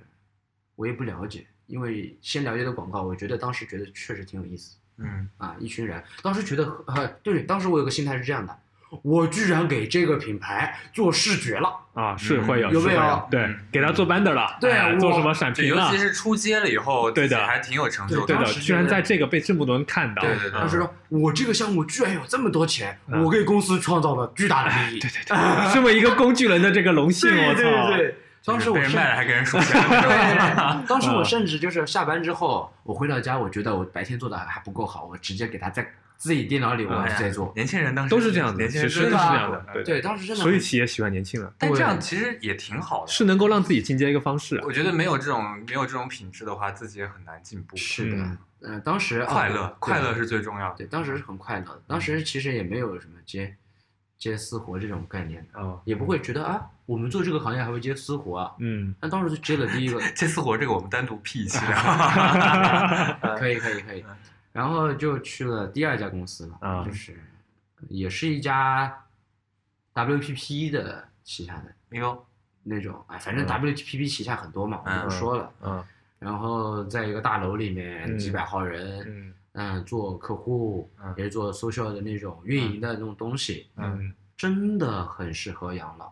Speaker 4: 我也不了解，因为先了解的广告，我觉得当时觉得确实挺有意思
Speaker 2: 嗯
Speaker 4: 啊，一群人，当时觉得，呃，对，当时我有个心态是这样的，我居然给这个品牌做视觉了，
Speaker 1: 啊，是会有，
Speaker 4: 嗯有
Speaker 1: 是
Speaker 4: 没有
Speaker 1: 会对
Speaker 2: 嗯，
Speaker 1: 给他做 banner 了，
Speaker 4: 对
Speaker 1: 哎
Speaker 4: 我
Speaker 1: 做什么闪
Speaker 2: 就
Speaker 1: 屏
Speaker 2: 尤
Speaker 1: 了
Speaker 2: 其，是出街了以后，
Speaker 1: 对的
Speaker 2: 自己还挺有成就
Speaker 1: 对
Speaker 4: 当
Speaker 1: 的，
Speaker 4: 时
Speaker 1: 居然
Speaker 4: 觉得
Speaker 1: 在这个被这么多人看到，
Speaker 2: 对对对
Speaker 1: 啊
Speaker 4: 当时说，我这个项目居然有这么多钱，
Speaker 1: 嗯
Speaker 4: 我给公司创造了巨大
Speaker 2: 哎
Speaker 4: 的利益。
Speaker 1: 对对对，身为一个工具人的这个荣幸，我
Speaker 4: 对
Speaker 1: 操，
Speaker 4: 对对，当时我
Speaker 2: 被人
Speaker 4: 甚
Speaker 2: 卖了还给人
Speaker 1: *laughs*
Speaker 2: 数钱。 *laughs*
Speaker 4: 对，当时我甚至就是下班之后，我回到家，我觉得我白天做的还不够好，我直接给他在自己电脑里我
Speaker 2: 哎呀
Speaker 4: 再做。
Speaker 2: 年轻人当时
Speaker 1: 都是这样的，
Speaker 2: 年
Speaker 1: 其
Speaker 2: 轻
Speaker 1: 实
Speaker 2: 人
Speaker 1: 真的
Speaker 2: 真
Speaker 1: 是
Speaker 2: 的
Speaker 4: 吧
Speaker 1: 这样的，对
Speaker 4: 对，当时真的很，
Speaker 1: 所以企业喜欢年轻人，
Speaker 2: 但这样其实也挺好的。
Speaker 1: 是能够让自己进阶一个方式啊，
Speaker 2: 我觉得没有这种没有这种品质的话，自己也很难进步。
Speaker 4: 是的
Speaker 1: 嗯，
Speaker 4: 嗯，当时
Speaker 2: 快乐，
Speaker 4: 啊
Speaker 2: 快乐是最重要的。
Speaker 4: 对，当时是很快乐的，当时其实也没有什么接接私活这种概念的，
Speaker 1: 啊，
Speaker 4: 也不会觉得啊，我们做这个行业还会接私活啊。 *laughs*
Speaker 1: 嗯，
Speaker 4: 但当时就接了第一个， *laughs*
Speaker 2: 这私活这个我们单独 P 一期
Speaker 1: *laughs*
Speaker 2: 聊。
Speaker 4: 可以可以可以，
Speaker 1: 嗯
Speaker 4: 然后就去了第二家公司了，
Speaker 1: 啊
Speaker 4: 就是也是一家 WPP 的旗下的
Speaker 2: 明哥，
Speaker 4: 那种，哎，反正
Speaker 1: 嗯
Speaker 4: WPP 旗下很多嘛，我就不说了。
Speaker 1: 嗯
Speaker 4: 然后在一个大楼里面，
Speaker 1: 嗯
Speaker 4: 几百号人，
Speaker 1: 嗯
Speaker 4: 嗯，做客户
Speaker 2: 嗯，
Speaker 4: 也是做 social 的那种运营的那种东西，
Speaker 1: 嗯
Speaker 4: 真的很适合养老。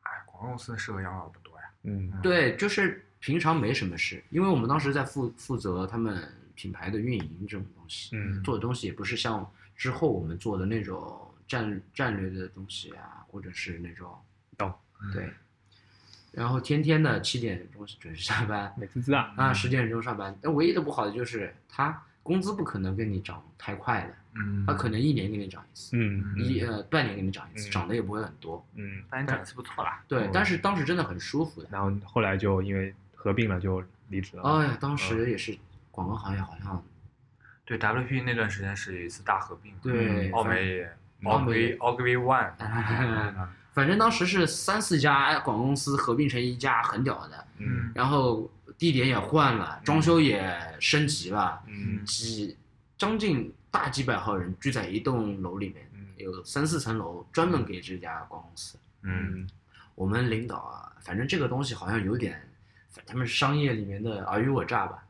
Speaker 2: 哎，广告公司的适合养老不多呀。
Speaker 1: 嗯
Speaker 4: 对，就是平常没什么事，因为我们当时在负负责他们品牌的运营这种东西，
Speaker 1: 嗯
Speaker 4: 做的东西也不是像之后我们做的那种战战略的东西啊，或者是那种
Speaker 1: 懂
Speaker 4: 对。
Speaker 1: 嗯
Speaker 4: 然后天天的七点钟准时下班
Speaker 1: 美滋滋啊，
Speaker 4: 啊，
Speaker 2: 嗯
Speaker 4: 十点钟上班。但唯一的不好的就是他工资不可能跟你涨太快的，
Speaker 2: 嗯，
Speaker 4: 他
Speaker 1: 啊
Speaker 4: 可能一年给你涨一次，
Speaker 1: 嗯
Speaker 4: 一呃半年给你涨一次，
Speaker 1: 嗯
Speaker 4: 涨的也不会很多。
Speaker 1: 嗯，
Speaker 2: 但你长得是不错啦。
Speaker 4: 对
Speaker 1: 嗯，
Speaker 4: 但是当时真的很舒服的。
Speaker 1: 然后后来就因为合并了就离职了，
Speaker 4: 哎呀，当
Speaker 1: 嗯
Speaker 4: 时也是广告行业好像
Speaker 2: 对，WP 那段时间是一次大合并嘛，
Speaker 4: 对
Speaker 2: 奥美也，
Speaker 1: 嗯
Speaker 2: 奥美奥格 One，嗯
Speaker 4: 哎 *laughs* 反正当时是三四家广告公司合并成一家，很屌的。
Speaker 1: 嗯
Speaker 4: 然后地点也换了，装修也升级了，
Speaker 1: 嗯
Speaker 4: 几将近大几百号人聚在一栋楼里面
Speaker 1: 嗯，
Speaker 4: 有三四层楼专门给这家广告公司。
Speaker 2: 嗯，
Speaker 4: 我们领导啊，反正这个东西好像有点，反他们商业里面的尔虞我诈吧。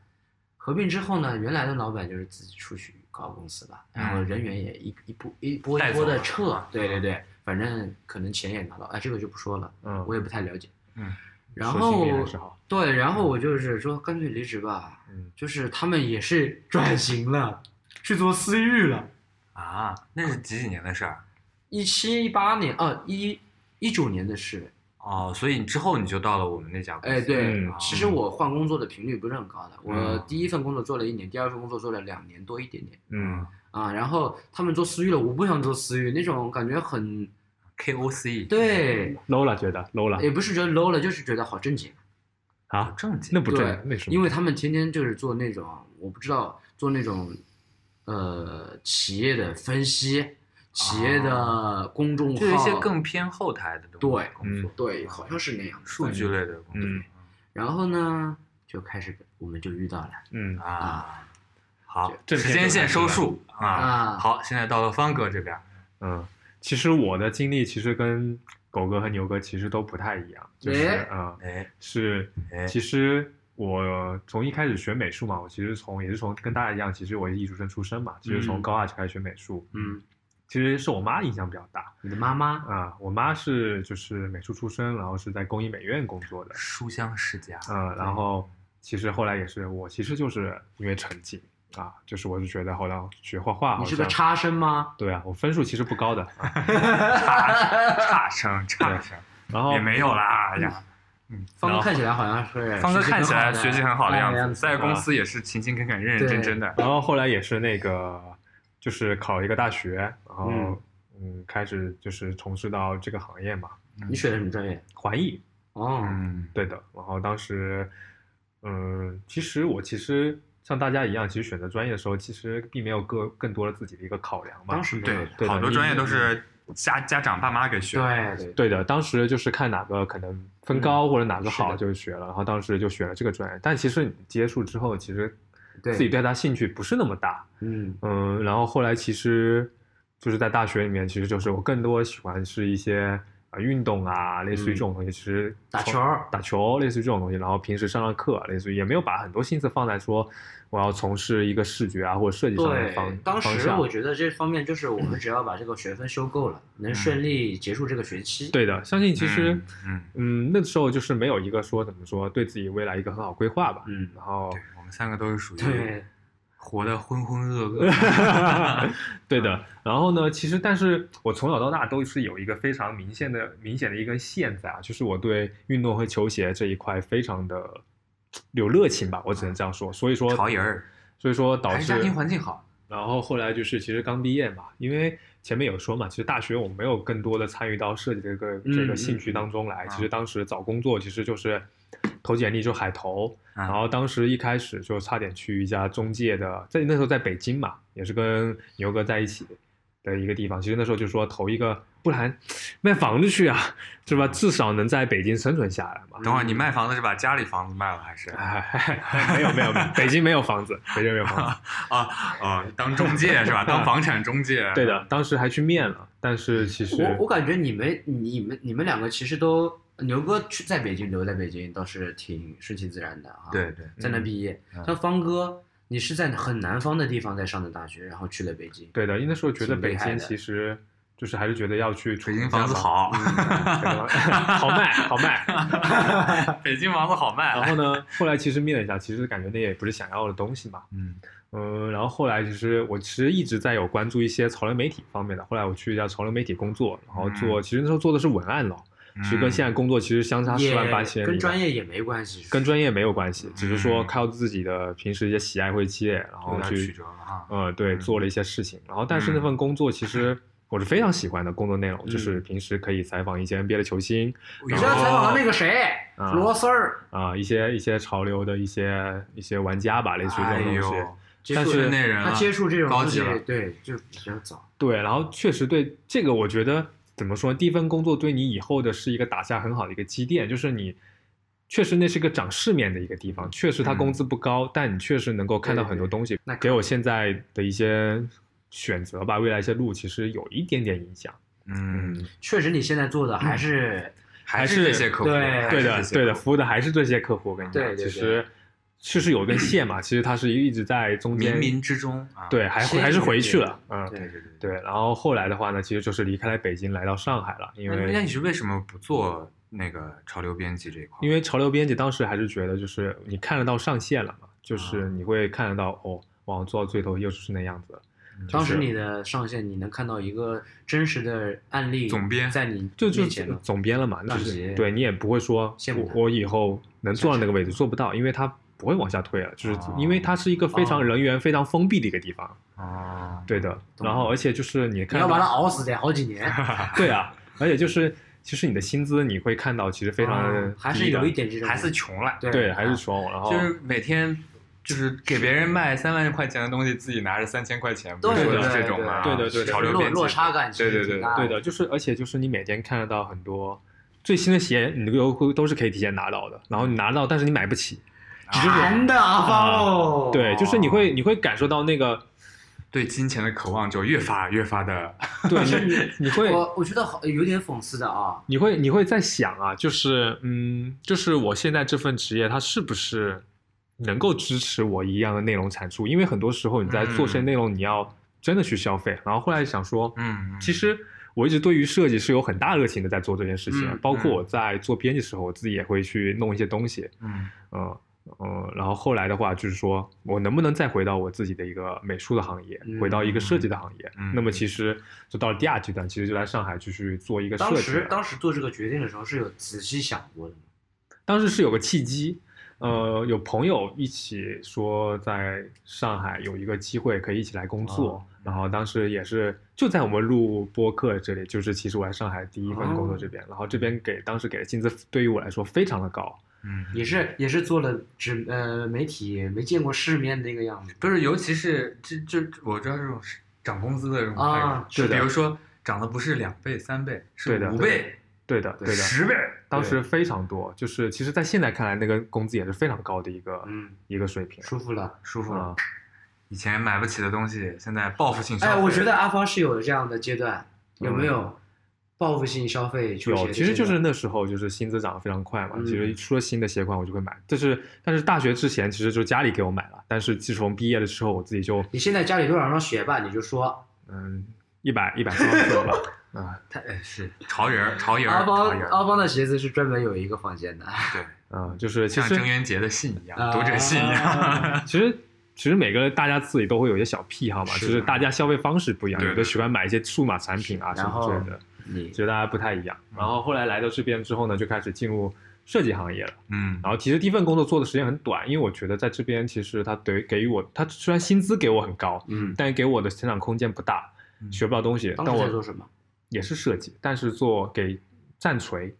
Speaker 4: 合并之后呢，原来的老板就是自己出去搞公司吧，
Speaker 2: 嗯
Speaker 4: 然后人员也一一波一波一
Speaker 2: 带走
Speaker 4: 波
Speaker 2: 了
Speaker 4: 的撤，
Speaker 1: 啊
Speaker 4: 对对对，反正可能钱也拿到，哎，这个就不说了，
Speaker 1: 嗯，
Speaker 4: 我也不太了解。
Speaker 2: 嗯，
Speaker 4: 然
Speaker 1: 说心
Speaker 4: 后
Speaker 1: 里还是好，
Speaker 4: 对，然后我就是说干脆离职吧，
Speaker 1: 嗯
Speaker 4: 就是他们也是 *laughs* 转型了，去做私域了。
Speaker 2: 啊，那是几几年的事儿啊
Speaker 4: 一七一八年，啊，一一九年的事，
Speaker 2: 哦，所以你之后你就到了我们那家公司。
Speaker 4: 哎，对，
Speaker 1: 嗯
Speaker 4: 其实我换工作的频率不是很高的，我
Speaker 2: 嗯
Speaker 4: 第一份工作做了一年，第二份工作做了两年多一点点
Speaker 1: 嗯
Speaker 4: 啊。然后他们做私域了，我不想做私域，那种感觉很
Speaker 2: KOC，，
Speaker 4: 对，
Speaker 1: ，low 了觉得 low
Speaker 2: 嗯
Speaker 1: 了
Speaker 4: 也不是觉得 low 了，就是觉得好正经。
Speaker 2: 好
Speaker 1: 啊，
Speaker 2: 正经。
Speaker 1: 那不正
Speaker 4: 对，
Speaker 1: 为什么？
Speaker 4: 因为他们天天就是做那种，我不知道做那种，呃，企业的分析，企业的公众号，
Speaker 2: 哦就有一些更偏后台的东西
Speaker 4: 哦对
Speaker 2: 工作，
Speaker 4: 对，好像是那样的
Speaker 2: 数据。类的工作。
Speaker 1: 嗯
Speaker 4: 然后呢，就开始我们就遇到了
Speaker 1: 嗯
Speaker 2: 啊，好，
Speaker 1: 这
Speaker 2: 时间线收束啊。
Speaker 4: 啊，
Speaker 2: 好，现在到了方哥这边，
Speaker 1: 嗯，其实我的经历其实跟狗哥和牛哥其实都不太一样，就是
Speaker 4: 诶
Speaker 1: 啊、
Speaker 2: 哎
Speaker 1: 是
Speaker 2: 哎，
Speaker 1: 其实我从一开始学美术嘛，我其实从也是从跟大家一样，其实我是艺术生出身嘛，其实从
Speaker 4: 嗯
Speaker 1: 高二就开始学美术，
Speaker 4: 嗯，
Speaker 1: 其实是我妈影响比较大
Speaker 4: 你的妈妈，
Speaker 1: 啊、我妈是就是美术出身，然后是在工艺美院工作的，
Speaker 2: 书香世家。
Speaker 1: 嗯，然后其实后来也是我其实就是因为成绩啊，就是我是觉得后来学画画好像，
Speaker 4: 你是个差生吗？
Speaker 1: 对啊，我分数其实不高的，啊
Speaker 2: 差生差生
Speaker 1: 然后
Speaker 2: 也没有啦，哎呀，
Speaker 4: 嗯方
Speaker 1: 然后
Speaker 4: 哥看起来好像是
Speaker 2: 方哥
Speaker 4: 学习
Speaker 2: 看起来
Speaker 4: 很好
Speaker 2: 学习很好的样子，在
Speaker 4: 哎
Speaker 2: 公司也是勤勤恳恳、认认真真的。
Speaker 1: 然后后来也是那个，就是考了一个大学，然后
Speaker 4: 嗯
Speaker 1: 嗯开始就是从事到这个行业嘛，
Speaker 4: 啊你选的什么专业？
Speaker 1: 环艺，
Speaker 4: 哦，
Speaker 2: 嗯，
Speaker 1: 对的。然后当时，嗯，其实我其实像大家一样，其实选择专业的时候，其实并没有更更多的自己的一个考量嘛
Speaker 4: 当。时没有
Speaker 2: 对，
Speaker 1: 对的
Speaker 2: 好多
Speaker 1: 你
Speaker 2: 专业都是家家长爸妈给学的。
Speaker 4: 对对，
Speaker 1: 对的，当时就是看哪个可能分高或者哪个
Speaker 4: 嗯是
Speaker 1: 好
Speaker 4: 的
Speaker 1: 就学了，然后当时就选了这个专业。但其实你接触之后，其实
Speaker 4: 对
Speaker 1: 自己对它兴趣不是那么大。
Speaker 4: 嗯
Speaker 1: 嗯，然后后来其实就是在大学里面，其实就是我更多喜欢是一些啊运动啊，类似于这种东西，其实
Speaker 4: 嗯打
Speaker 1: 从
Speaker 4: 球儿
Speaker 1: 打球，类似于这种东西。然后平时上上课，类似于也没有把很多心思放在说我要从事一个视觉啊或者设计上的
Speaker 4: 对
Speaker 1: 方，
Speaker 4: 当
Speaker 1: 方
Speaker 4: 时
Speaker 1: 向
Speaker 4: 我觉得这方面就是我们只要把这个学分修够了，能顺利结束这个学期。，
Speaker 1: 对的，相信其实
Speaker 2: 嗯，
Speaker 1: 嗯那时候就是没有一个说怎么说对自己未来一个很好规划吧。
Speaker 4: 嗯，
Speaker 1: 然后
Speaker 2: 嗯对，我们三个都是属于
Speaker 4: 对，
Speaker 2: 活得浑浑噩噩。
Speaker 1: 对
Speaker 2: 嗯
Speaker 1: 的，然后呢，其实但是我从小到大都是有一个非常明显的、明显的一根线在啊，就是我对运动和球鞋这一块非常的有热情吧，我只能这样说。所 *laughs* 以说，
Speaker 2: 潮人儿，
Speaker 1: 所以说导
Speaker 2: 还是
Speaker 1: 致
Speaker 2: 家庭环境好。
Speaker 1: 然后后来就是其实刚毕业嘛，因为前面有说嘛，其实大学我没有更多的参与到设计这个、
Speaker 4: 嗯啊
Speaker 1: 这个兴趣当中来。
Speaker 2: 嗯
Speaker 1: 其实当时找工作其实就是投简历就海投，
Speaker 2: 嗯
Speaker 4: 啊
Speaker 1: 然后当时一开始就差点去一家中介的，在那时候在北京嘛，也是跟牛哥在一起。的一个地方。其实那时候就说投一个，不然卖房子去啊，是吧？至少能在北京生存下来嘛。
Speaker 2: 等会儿你卖房子是把家里房子卖了还是啊
Speaker 1: 哎， *laughs* 没有没有，北京没有房子，北京没有房
Speaker 4: *laughs*
Speaker 1: 子。
Speaker 2: 啊啊？当中介是吧？当房产中介。
Speaker 1: 对的，当时还去面了，但是其实
Speaker 4: 我我感觉你们你们你们两个其实都牛哥去在北京留在北京倒是挺顺其自然的啊，
Speaker 2: 对，
Speaker 1: *laughs*
Speaker 2: 对，
Speaker 4: 在那毕业。
Speaker 2: 嗯
Speaker 4: 像方哥，你是在很南方的地方在上的大学，然后去了北京。
Speaker 1: 对的，因为那时候觉得
Speaker 4: 挺厉
Speaker 1: 北
Speaker 4: 害
Speaker 1: 京
Speaker 4: 的
Speaker 1: 其实就是还是觉得要去
Speaker 2: 北京房子好，
Speaker 1: 嗯
Speaker 2: *laughs*
Speaker 1: 好卖好卖。
Speaker 2: 北京房子好卖。
Speaker 1: 然后呢，后来其实面了一下，其实感觉那也不是想要的东西嘛。
Speaker 2: 嗯，
Speaker 1: 嗯，然后后来就是我其实一直在有关注一些潮流媒体方面的。后来我去一家潮流媒体工作，然后
Speaker 2: 嗯
Speaker 1: 做，其实那时候做的是文案了，其实跟现在工作其实相差
Speaker 4: 也
Speaker 1: 十万八千里。
Speaker 4: 跟专业也没关系，
Speaker 1: 跟专业没有关系，只是说
Speaker 2: 嗯
Speaker 1: 靠自己的平时一些喜爱会积累，然后
Speaker 2: 有点曲
Speaker 1: 去
Speaker 2: 折了哈。
Speaker 1: 呃对
Speaker 2: 嗯
Speaker 1: 做了一些事情。然后但是那
Speaker 2: 嗯
Speaker 1: 份工作其实我是非常喜欢的工作内容，
Speaker 4: 嗯
Speaker 1: 就是平时可以采访一些 NBA 的球星
Speaker 4: 你知道采访了那个谁，
Speaker 1: 啊
Speaker 4: 罗丝儿，
Speaker 1: 啊、一些一些潮流的一些一些玩家吧，类似于这
Speaker 2: 哎
Speaker 1: 种东西。
Speaker 2: 呦，
Speaker 4: 接
Speaker 1: 但
Speaker 4: 触
Speaker 1: 是
Speaker 4: 的
Speaker 2: 那人
Speaker 4: 他
Speaker 2: 啊
Speaker 4: 接触这种东西
Speaker 2: 高级了，
Speaker 4: 对，就比较早。
Speaker 1: 对，然后确实对这个，我觉得怎么说，第一份工作对你以后的是一个打下很好的一个积淀，就是你确实那是个长世面的一个地方，确实它
Speaker 2: 嗯
Speaker 1: 工资不高，但你确实能够看到
Speaker 4: 对
Speaker 1: 很多
Speaker 4: 对
Speaker 1: 东西，
Speaker 4: 那
Speaker 1: 给我现在的一些选择吧，未来一些路其实有一点点影响。
Speaker 2: 嗯，，
Speaker 4: 确实，你现在做的还是
Speaker 2: 还
Speaker 1: 还
Speaker 2: 是
Speaker 1: 是
Speaker 2: 这些客户，
Speaker 4: 对
Speaker 2: 还是
Speaker 1: 对
Speaker 2: 这
Speaker 1: 的，
Speaker 2: 些
Speaker 1: 对的，
Speaker 2: 客户
Speaker 1: 服务的还是这些客户，我跟你讲，
Speaker 4: 对对对
Speaker 1: 其实确实有一根线嘛，其实它是一直在中间，
Speaker 2: 冥冥之中啊，
Speaker 1: 对，还
Speaker 4: 牵
Speaker 1: 还是
Speaker 4: 引
Speaker 1: 回
Speaker 4: 着
Speaker 1: 去
Speaker 4: 你
Speaker 1: 了，嗯。
Speaker 2: 对对对对。
Speaker 1: 对，然后后来的话呢，其实就是离开了北京，来到上海了，因
Speaker 2: 哎那
Speaker 1: 为
Speaker 2: 那你是为什么不做那个潮流编辑这一块？
Speaker 1: 因为潮流编辑当时还是觉得，就是你看得到上限了嘛，就是你会看得到哦，网做到最后又是那样子了。
Speaker 2: 嗯
Speaker 4: 当时
Speaker 1: 是
Speaker 4: 你的上线，你能看到一个真实的案例，
Speaker 2: 总编
Speaker 4: 在你
Speaker 1: 就就
Speaker 4: 面前了。
Speaker 1: 总编了嘛，那
Speaker 4: 那
Speaker 1: 就是是对你也不会说
Speaker 4: 羡慕他
Speaker 1: 我我以后能做到那个位置做不到，因为他不会往下推了，就是
Speaker 2: 哦
Speaker 1: 因为它是一个非
Speaker 4: 哦
Speaker 1: 常人员非常封闭的一个地方，
Speaker 2: 哦，
Speaker 1: 对的。
Speaker 4: 懂
Speaker 1: 然后而且就是你
Speaker 4: 你
Speaker 1: 看
Speaker 4: 要把他
Speaker 1: 到，
Speaker 4: 熬死得好几年，
Speaker 1: 对啊，而且就是其实你的薪资你会看到其实非常
Speaker 4: 哦还是
Speaker 1: 低的
Speaker 4: 有一点这种，
Speaker 2: 还是穷了，
Speaker 4: 对
Speaker 1: 对，还是
Speaker 4: 啊
Speaker 1: 穷，然后
Speaker 2: 就是每天就是给别人卖三万块钱的东西，自己拿着三千块钱，不
Speaker 4: 对
Speaker 2: 是
Speaker 1: 对
Speaker 2: 说
Speaker 1: 对
Speaker 2: 这种吗？
Speaker 1: 对对对对
Speaker 2: 潮流
Speaker 4: 落
Speaker 2: 编辑
Speaker 4: 落差感其
Speaker 2: 对
Speaker 4: 实
Speaker 2: 对
Speaker 4: 挺
Speaker 2: 对
Speaker 4: 大
Speaker 1: 对的，就是而且就是你每天看得到很多最新的鞋，你都会都是可以提前拿到的。然后你拿到，但是你买不起，
Speaker 4: 馋的啊，方哦，
Speaker 1: 对，就是你会你会感受到那个，
Speaker 2: 对金钱的渴望就越发越发的，
Speaker 1: 对
Speaker 4: *laughs* 是
Speaker 1: 你你会
Speaker 4: 我我觉得好有点讽刺的啊，
Speaker 1: 你会你会在想啊，就是嗯，就是我现在这份职业，它是不是能够支持我一样的内容产出？因为很多时候你在做这些
Speaker 2: 嗯
Speaker 1: 内容，你要真的去消费。然后后来想说，
Speaker 2: 嗯，嗯
Speaker 1: 其实我一直对于设计是有很大热情的，在做这件事情，
Speaker 4: 嗯
Speaker 1: 包括
Speaker 2: 嗯
Speaker 1: 我在做编辑时候，我自己也会去弄一些东西。
Speaker 2: 嗯
Speaker 1: 嗯嗯，然后后来的话就是说我能不能再回到我自己的一个美术的行业，回到一个设计的行业？
Speaker 2: 嗯
Speaker 1: 那么其实就到了第二阶段，其实就来上海就去做一个设
Speaker 4: 当
Speaker 1: 计啊
Speaker 4: 时
Speaker 1: 了。
Speaker 4: 当时做这个决定的时候是有仔细想过的吗，
Speaker 1: 当时是有个契机，呃，有朋友一起说在上海有一个机会可以一起来工作，
Speaker 4: 哦
Speaker 1: 然后当时也是就在我们录播客这里，就是其实我在上海第一份工作这边，然后这边给当时给的薪资对于我来说非常的高，
Speaker 2: 嗯，
Speaker 4: 也是也是做了纸呃媒体没见过世面的一个样子
Speaker 2: 不是，尤其是这这我知道这种是涨工资的这种态度
Speaker 4: 啊，
Speaker 1: 是
Speaker 2: 比
Speaker 1: 的
Speaker 2: 如说涨的不是两倍三倍，
Speaker 1: 对
Speaker 2: 是
Speaker 1: 的
Speaker 2: 五
Speaker 1: 对
Speaker 2: 倍、
Speaker 1: 对的，对的，
Speaker 2: 十倍，
Speaker 1: 当时非常多，就是其实，在现在看来，那个工资也是非常高的一个、
Speaker 4: 嗯，
Speaker 1: 一个水平。
Speaker 4: 舒服了。
Speaker 2: 舒服了
Speaker 1: 啊。，
Speaker 2: 以前买不起的东西，现在报复性消费。
Speaker 4: 哎，我觉得阿芳是有这样的阶段，有
Speaker 1: 嗯
Speaker 4: 没有报复性消费球鞋的阶
Speaker 1: 有，其
Speaker 4: 段？
Speaker 1: 实就是那时候就是薪资涨得非常快嘛，
Speaker 4: 嗯
Speaker 1: 其实出了新的鞋款我就会买。但是但是大学之前其实就家里给我买了，但是自从毕业了之后，我自己就
Speaker 4: 你现在家里多少双鞋吧，你就说
Speaker 1: 嗯一百一百三十左右吧。啊
Speaker 2: 他哎是潮人儿，潮人儿，
Speaker 4: 阿
Speaker 2: 潮
Speaker 4: 芳
Speaker 2: 人儿。
Speaker 4: 阿芳的鞋子是专门有一个
Speaker 1: *laughs*
Speaker 4: 房间的，
Speaker 2: 对，
Speaker 1: 嗯，就是其
Speaker 2: 像郑
Speaker 1: 实
Speaker 2: 渊洁的信一样，
Speaker 4: 啊
Speaker 2: 读者信一样。
Speaker 1: 其实其实每个大家自己都会有一些小癖好嘛，就
Speaker 2: 是的
Speaker 1: 是大家消费方式不一样，
Speaker 2: 对
Speaker 1: 有的喜欢买一些数码产品啊
Speaker 4: 是
Speaker 1: 什么之类
Speaker 4: 然
Speaker 1: 的，
Speaker 4: 你
Speaker 1: 其实大家不太一样。
Speaker 2: 嗯
Speaker 1: 然后后来来到这边之后呢，就开始进入设计行业了。
Speaker 2: 嗯
Speaker 1: 然后其实第一份工作做的时间很短，因为我觉得在这边其实他对给予我，他虽然薪资给我很高，
Speaker 4: 嗯，
Speaker 1: 但给我的成长空间不大，
Speaker 2: 嗯
Speaker 1: 学不到东西。
Speaker 4: 当
Speaker 1: 但
Speaker 4: 时在做
Speaker 1: 我
Speaker 4: 什么？
Speaker 1: 也是设计，但是做给战锤，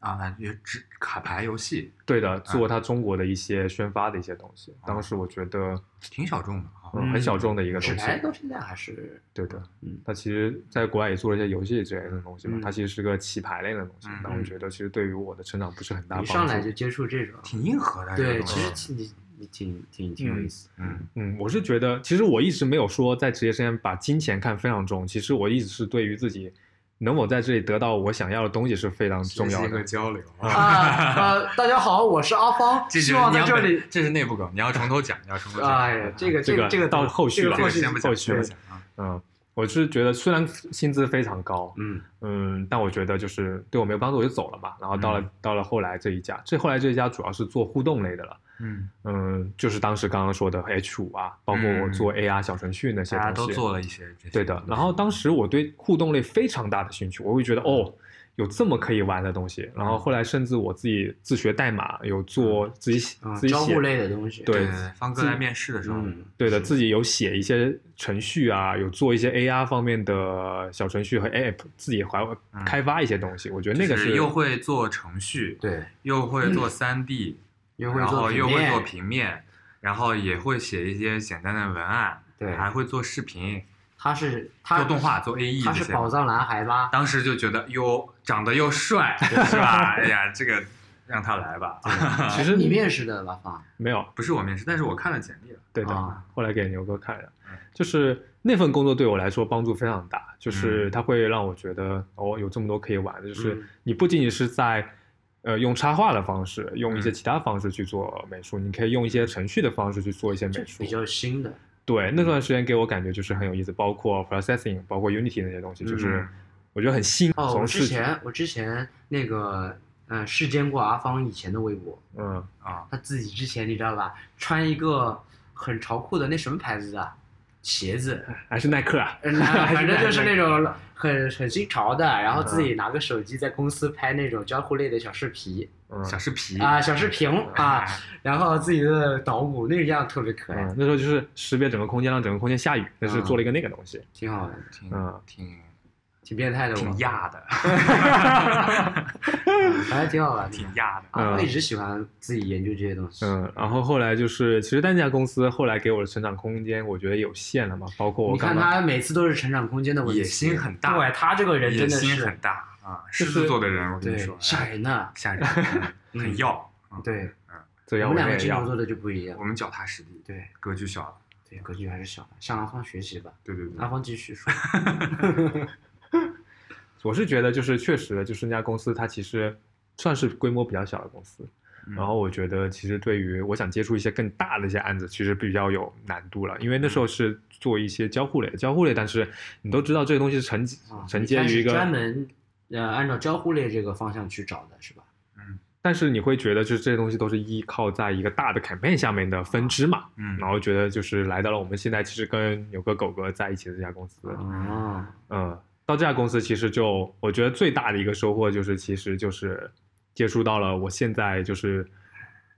Speaker 2: 啊，也只卡牌游戏
Speaker 4: 啊
Speaker 1: 对的，做他中国的一些宣发的一些东西。当时我觉得，
Speaker 2: 挺小众的啊。
Speaker 1: 嗯，很小众的一个
Speaker 4: 纸
Speaker 1: 东西。
Speaker 4: 牌到现在还是
Speaker 1: 对的，
Speaker 4: 嗯
Speaker 1: 它其实在国外也做了一些游戏之类的东西嘛，
Speaker 4: 嗯
Speaker 1: 它其实是个棋牌类的东西
Speaker 2: 嗯。
Speaker 1: 那我觉得其实对于我的成长不是很大帮
Speaker 4: 一
Speaker 1: 助。
Speaker 4: 上来就接触这种，
Speaker 2: 挺硬核的这个
Speaker 4: 对，
Speaker 2: 东
Speaker 4: 其
Speaker 2: 西。
Speaker 4: 实挺你你挺挺挺有意思的。
Speaker 2: 嗯
Speaker 1: 嗯，我是觉得，其实我一直没有说在职业生涯把金钱看非常重，其实我一直是对于自己能否在这里得到我想要的东西是非常重要
Speaker 2: 学习和
Speaker 1: 的。
Speaker 2: 交流啊，
Speaker 4: 啊呃，大家好，我是阿芳，
Speaker 2: 这
Speaker 4: 希
Speaker 2: 是
Speaker 4: 望
Speaker 2: 你
Speaker 4: 在
Speaker 2: 要
Speaker 4: 这
Speaker 2: 本
Speaker 4: 里。
Speaker 2: 这是内部梗，你要从头讲，你要从头讲。嗯
Speaker 4: 哎呀，这个
Speaker 1: 这
Speaker 4: 个
Speaker 1: 个
Speaker 4: 这个
Speaker 1: 到后续
Speaker 4: 这
Speaker 1: 吧
Speaker 4: 个
Speaker 2: 这
Speaker 4: 后
Speaker 2: 个
Speaker 4: 续
Speaker 2: 先不讲，
Speaker 1: 后续
Speaker 2: 先不讲啊。
Speaker 1: 嗯，我是觉得虽然薪资非常高，
Speaker 4: 嗯
Speaker 1: 嗯，但我觉得就是对我没有帮助，我就走了嘛。然后到了、
Speaker 2: 嗯
Speaker 1: 到了后来这一家，这后来这一家主要是做互动类的了，
Speaker 2: 嗯，
Speaker 1: 嗯，就是当时刚刚说的 H 五啊，包括我
Speaker 2: 嗯
Speaker 1: 做 AR 小程序那些
Speaker 2: 大
Speaker 1: 东西，
Speaker 2: 家都做了一些这些。
Speaker 1: 对的，然后当时我对互动类非常大的兴趣，我会觉得
Speaker 2: 嗯
Speaker 1: 哦，有这么可以玩的东西。然后后来甚至我自己自学代码，有
Speaker 2: 嗯
Speaker 1: 做自己写、
Speaker 4: 啊，
Speaker 1: 嗯自己
Speaker 4: 交
Speaker 1: 写
Speaker 4: 互，类的东西。
Speaker 1: 对
Speaker 2: 对，方哥来面试的时候，
Speaker 4: 嗯，
Speaker 1: 对的，自己有写一些程序啊，有做一些 AR 方面的小程序和 App，自己还会
Speaker 2: 嗯
Speaker 1: 开发一些东西。我觉得
Speaker 2: 就
Speaker 1: 那个是
Speaker 2: 又会做程序，
Speaker 4: 对，
Speaker 2: 又会做三 D，
Speaker 4: 嗯又会
Speaker 2: 然
Speaker 4: 做
Speaker 2: 后
Speaker 4: 平
Speaker 2: 又会
Speaker 4: 面
Speaker 2: 做平面，然后也会写一些简单的文案，
Speaker 4: 对
Speaker 2: 还会做视频，
Speaker 4: 他是他
Speaker 2: 做动画，做 AE
Speaker 4: 他
Speaker 2: 这
Speaker 4: 是
Speaker 2: 些。
Speaker 4: 宝藏男
Speaker 2: *laughs*
Speaker 4: 孩吧？
Speaker 2: 当时就觉得哟，长得又
Speaker 4: *laughs*
Speaker 2: 帅，是吧？哎呀，这个让他来吧。啊
Speaker 1: 其实
Speaker 4: 你面试的吧，方
Speaker 1: 没有
Speaker 2: 不是我面试，但是我看了简历了。
Speaker 1: 对的，
Speaker 4: 啊
Speaker 1: 后来给牛哥看了
Speaker 2: 嗯，
Speaker 1: 就是那份工作对我来说帮助非常大，就是
Speaker 2: 嗯
Speaker 1: 它会让我觉得哦，有这么多可以玩的，就是
Speaker 4: 嗯
Speaker 1: 你不仅仅是在呃用插画的方式，用一些
Speaker 2: 嗯
Speaker 1: 其他方式去做美术，你可以用一些程序的方式去做一些
Speaker 4: 就
Speaker 1: 美
Speaker 4: 是
Speaker 1: 术
Speaker 4: 比。较新的，
Speaker 1: 对，那段时间给我感觉就是很有意思，包括 processing，包括 Unity 那些东西，就是
Speaker 2: 嗯
Speaker 1: 我觉得很新。
Speaker 4: 哦，我
Speaker 1: 从
Speaker 4: 之
Speaker 1: 视觉，
Speaker 4: 前我之前那个嗯、呃视奸过阿芳以前的微博，
Speaker 1: 嗯，
Speaker 2: 啊，
Speaker 4: 他自己之前你知道吧，穿一个很潮酷的那什么牌子的鞋子，
Speaker 1: 还是耐克啊，
Speaker 4: 嗯反正就是那种很很新潮的，然后自己拿个手机在公司拍那种交互类的小视频
Speaker 1: 嗯，
Speaker 2: 小视频哎
Speaker 4: 啊、小视频啊，然后自己的捣鼓那样特别可爱
Speaker 1: 嗯，，那时候就是识别整个空间，让整个空间下雨，但
Speaker 4: 嗯
Speaker 1: 是做了一个那个东西。
Speaker 4: 挺好玩的，
Speaker 2: 哦挺
Speaker 1: 嗯
Speaker 2: 挺
Speaker 4: 挺变态的，
Speaker 2: 挺
Speaker 4: 我，嗯
Speaker 2: 亚的，
Speaker 4: 反正挺好玩的
Speaker 2: 挺亚的。
Speaker 4: 啊，
Speaker 1: 嗯
Speaker 4: 我一直喜欢自己研究这些东西。
Speaker 1: 嗯，然后后来就是，其实单家公司后来给我的成长空间，我觉得有限了嘛。包括我
Speaker 4: 你
Speaker 1: 刚
Speaker 4: 看
Speaker 1: 刚
Speaker 4: 他每次都是成长空间的问题，
Speaker 2: 野心很大
Speaker 4: 对他这个人
Speaker 2: 野
Speaker 4: 真的
Speaker 2: 心
Speaker 4: 是
Speaker 2: 很大啊，
Speaker 1: 就
Speaker 2: 狮
Speaker 1: 是
Speaker 2: 子座的人，我跟你
Speaker 4: 对
Speaker 2: 说，
Speaker 4: 吓
Speaker 2: 哎
Speaker 4: 人呐。
Speaker 2: 吓人，
Speaker 4: *laughs*
Speaker 2: 嗯很要。嗯
Speaker 4: 对，
Speaker 1: 这
Speaker 4: 我
Speaker 1: 样
Speaker 4: 们两
Speaker 1: 也
Speaker 4: 个金牛
Speaker 1: 要
Speaker 4: 座，的就不一样
Speaker 2: 我。们脚踏实地，
Speaker 4: 对
Speaker 2: 格局小了。
Speaker 4: 对，格局还是小的，向阿芳学习吧。
Speaker 2: 对对对
Speaker 4: 阿，芳继续说。
Speaker 1: 我是觉得就是确实就是那家公司它其实算是规模比较小的公司，
Speaker 2: 嗯
Speaker 1: 然后我觉得其实对于我想接触一些更大的一些案子，其实比较有难度了，因为那
Speaker 4: 嗯
Speaker 1: 时候是做一些交互类，交互类，但是你都知道这个东西是承
Speaker 4: 啊
Speaker 1: 承
Speaker 4: 你
Speaker 1: 接
Speaker 4: 开
Speaker 1: 于
Speaker 4: 始
Speaker 1: 一个
Speaker 4: 专门呃按照交互类这个方向去找的是吧？
Speaker 1: 但是你会觉得，就是这些东西都是依靠在一个大的 campaign 下面的分支嘛，
Speaker 2: 嗯
Speaker 1: 然后觉得就是来到了我们现在其实跟牛哥、狗哥在一起的这家公司，
Speaker 4: 哦，
Speaker 1: 嗯，到这家公司其实就我觉得最大的一个收获就是，其实就是接触到了我现在就是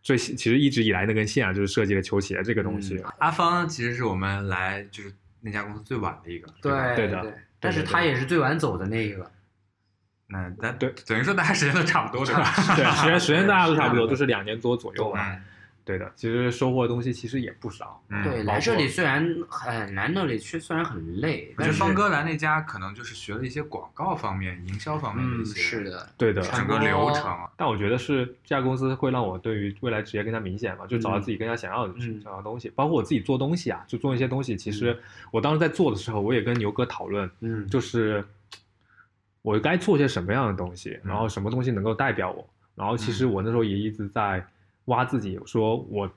Speaker 1: 最其实一直以来那根线啊，就是设计的球鞋这个东西，
Speaker 2: 阿芳其实是我们来就是那家公司最晚的一个，吧
Speaker 4: 对
Speaker 1: 对的对的
Speaker 4: 但是
Speaker 1: 对的
Speaker 4: 他也是最晚走的那个。
Speaker 2: 那咱
Speaker 1: 对
Speaker 2: 等于说大家时间都差不多，对吧？
Speaker 1: 对，时间时间大家都差不多，
Speaker 4: 对
Speaker 1: *laughs* 都是两年多左右吧。
Speaker 2: 嗯
Speaker 1: 对的，其实收获的东西其实也不少，
Speaker 2: 嗯
Speaker 4: 对，
Speaker 1: 包
Speaker 4: 来这
Speaker 1: 括
Speaker 4: 里虽然很来那里去虽然很累，
Speaker 2: 我觉得
Speaker 4: 但是
Speaker 2: 方哥来那家可能就是学了一些广告方面、营销方面的
Speaker 4: 嗯
Speaker 2: 一些，
Speaker 4: 是，的，
Speaker 1: 对的，
Speaker 2: 整个流程啊，
Speaker 1: 但我觉得是这家公司会让我对于未来职业更加明显嘛，就找到
Speaker 4: 嗯
Speaker 1: 自己更加想要的、
Speaker 4: 嗯
Speaker 1: 想要的东西。包括我自己做东西啊，就做一些东西。其实我当时在做的时候，我也跟牛哥讨论，
Speaker 4: 嗯，
Speaker 1: 就是我该做些什么样的东西，
Speaker 2: 嗯
Speaker 1: 然后什么东西能够代表我。然后其实我那时候也一直在挖自己，说我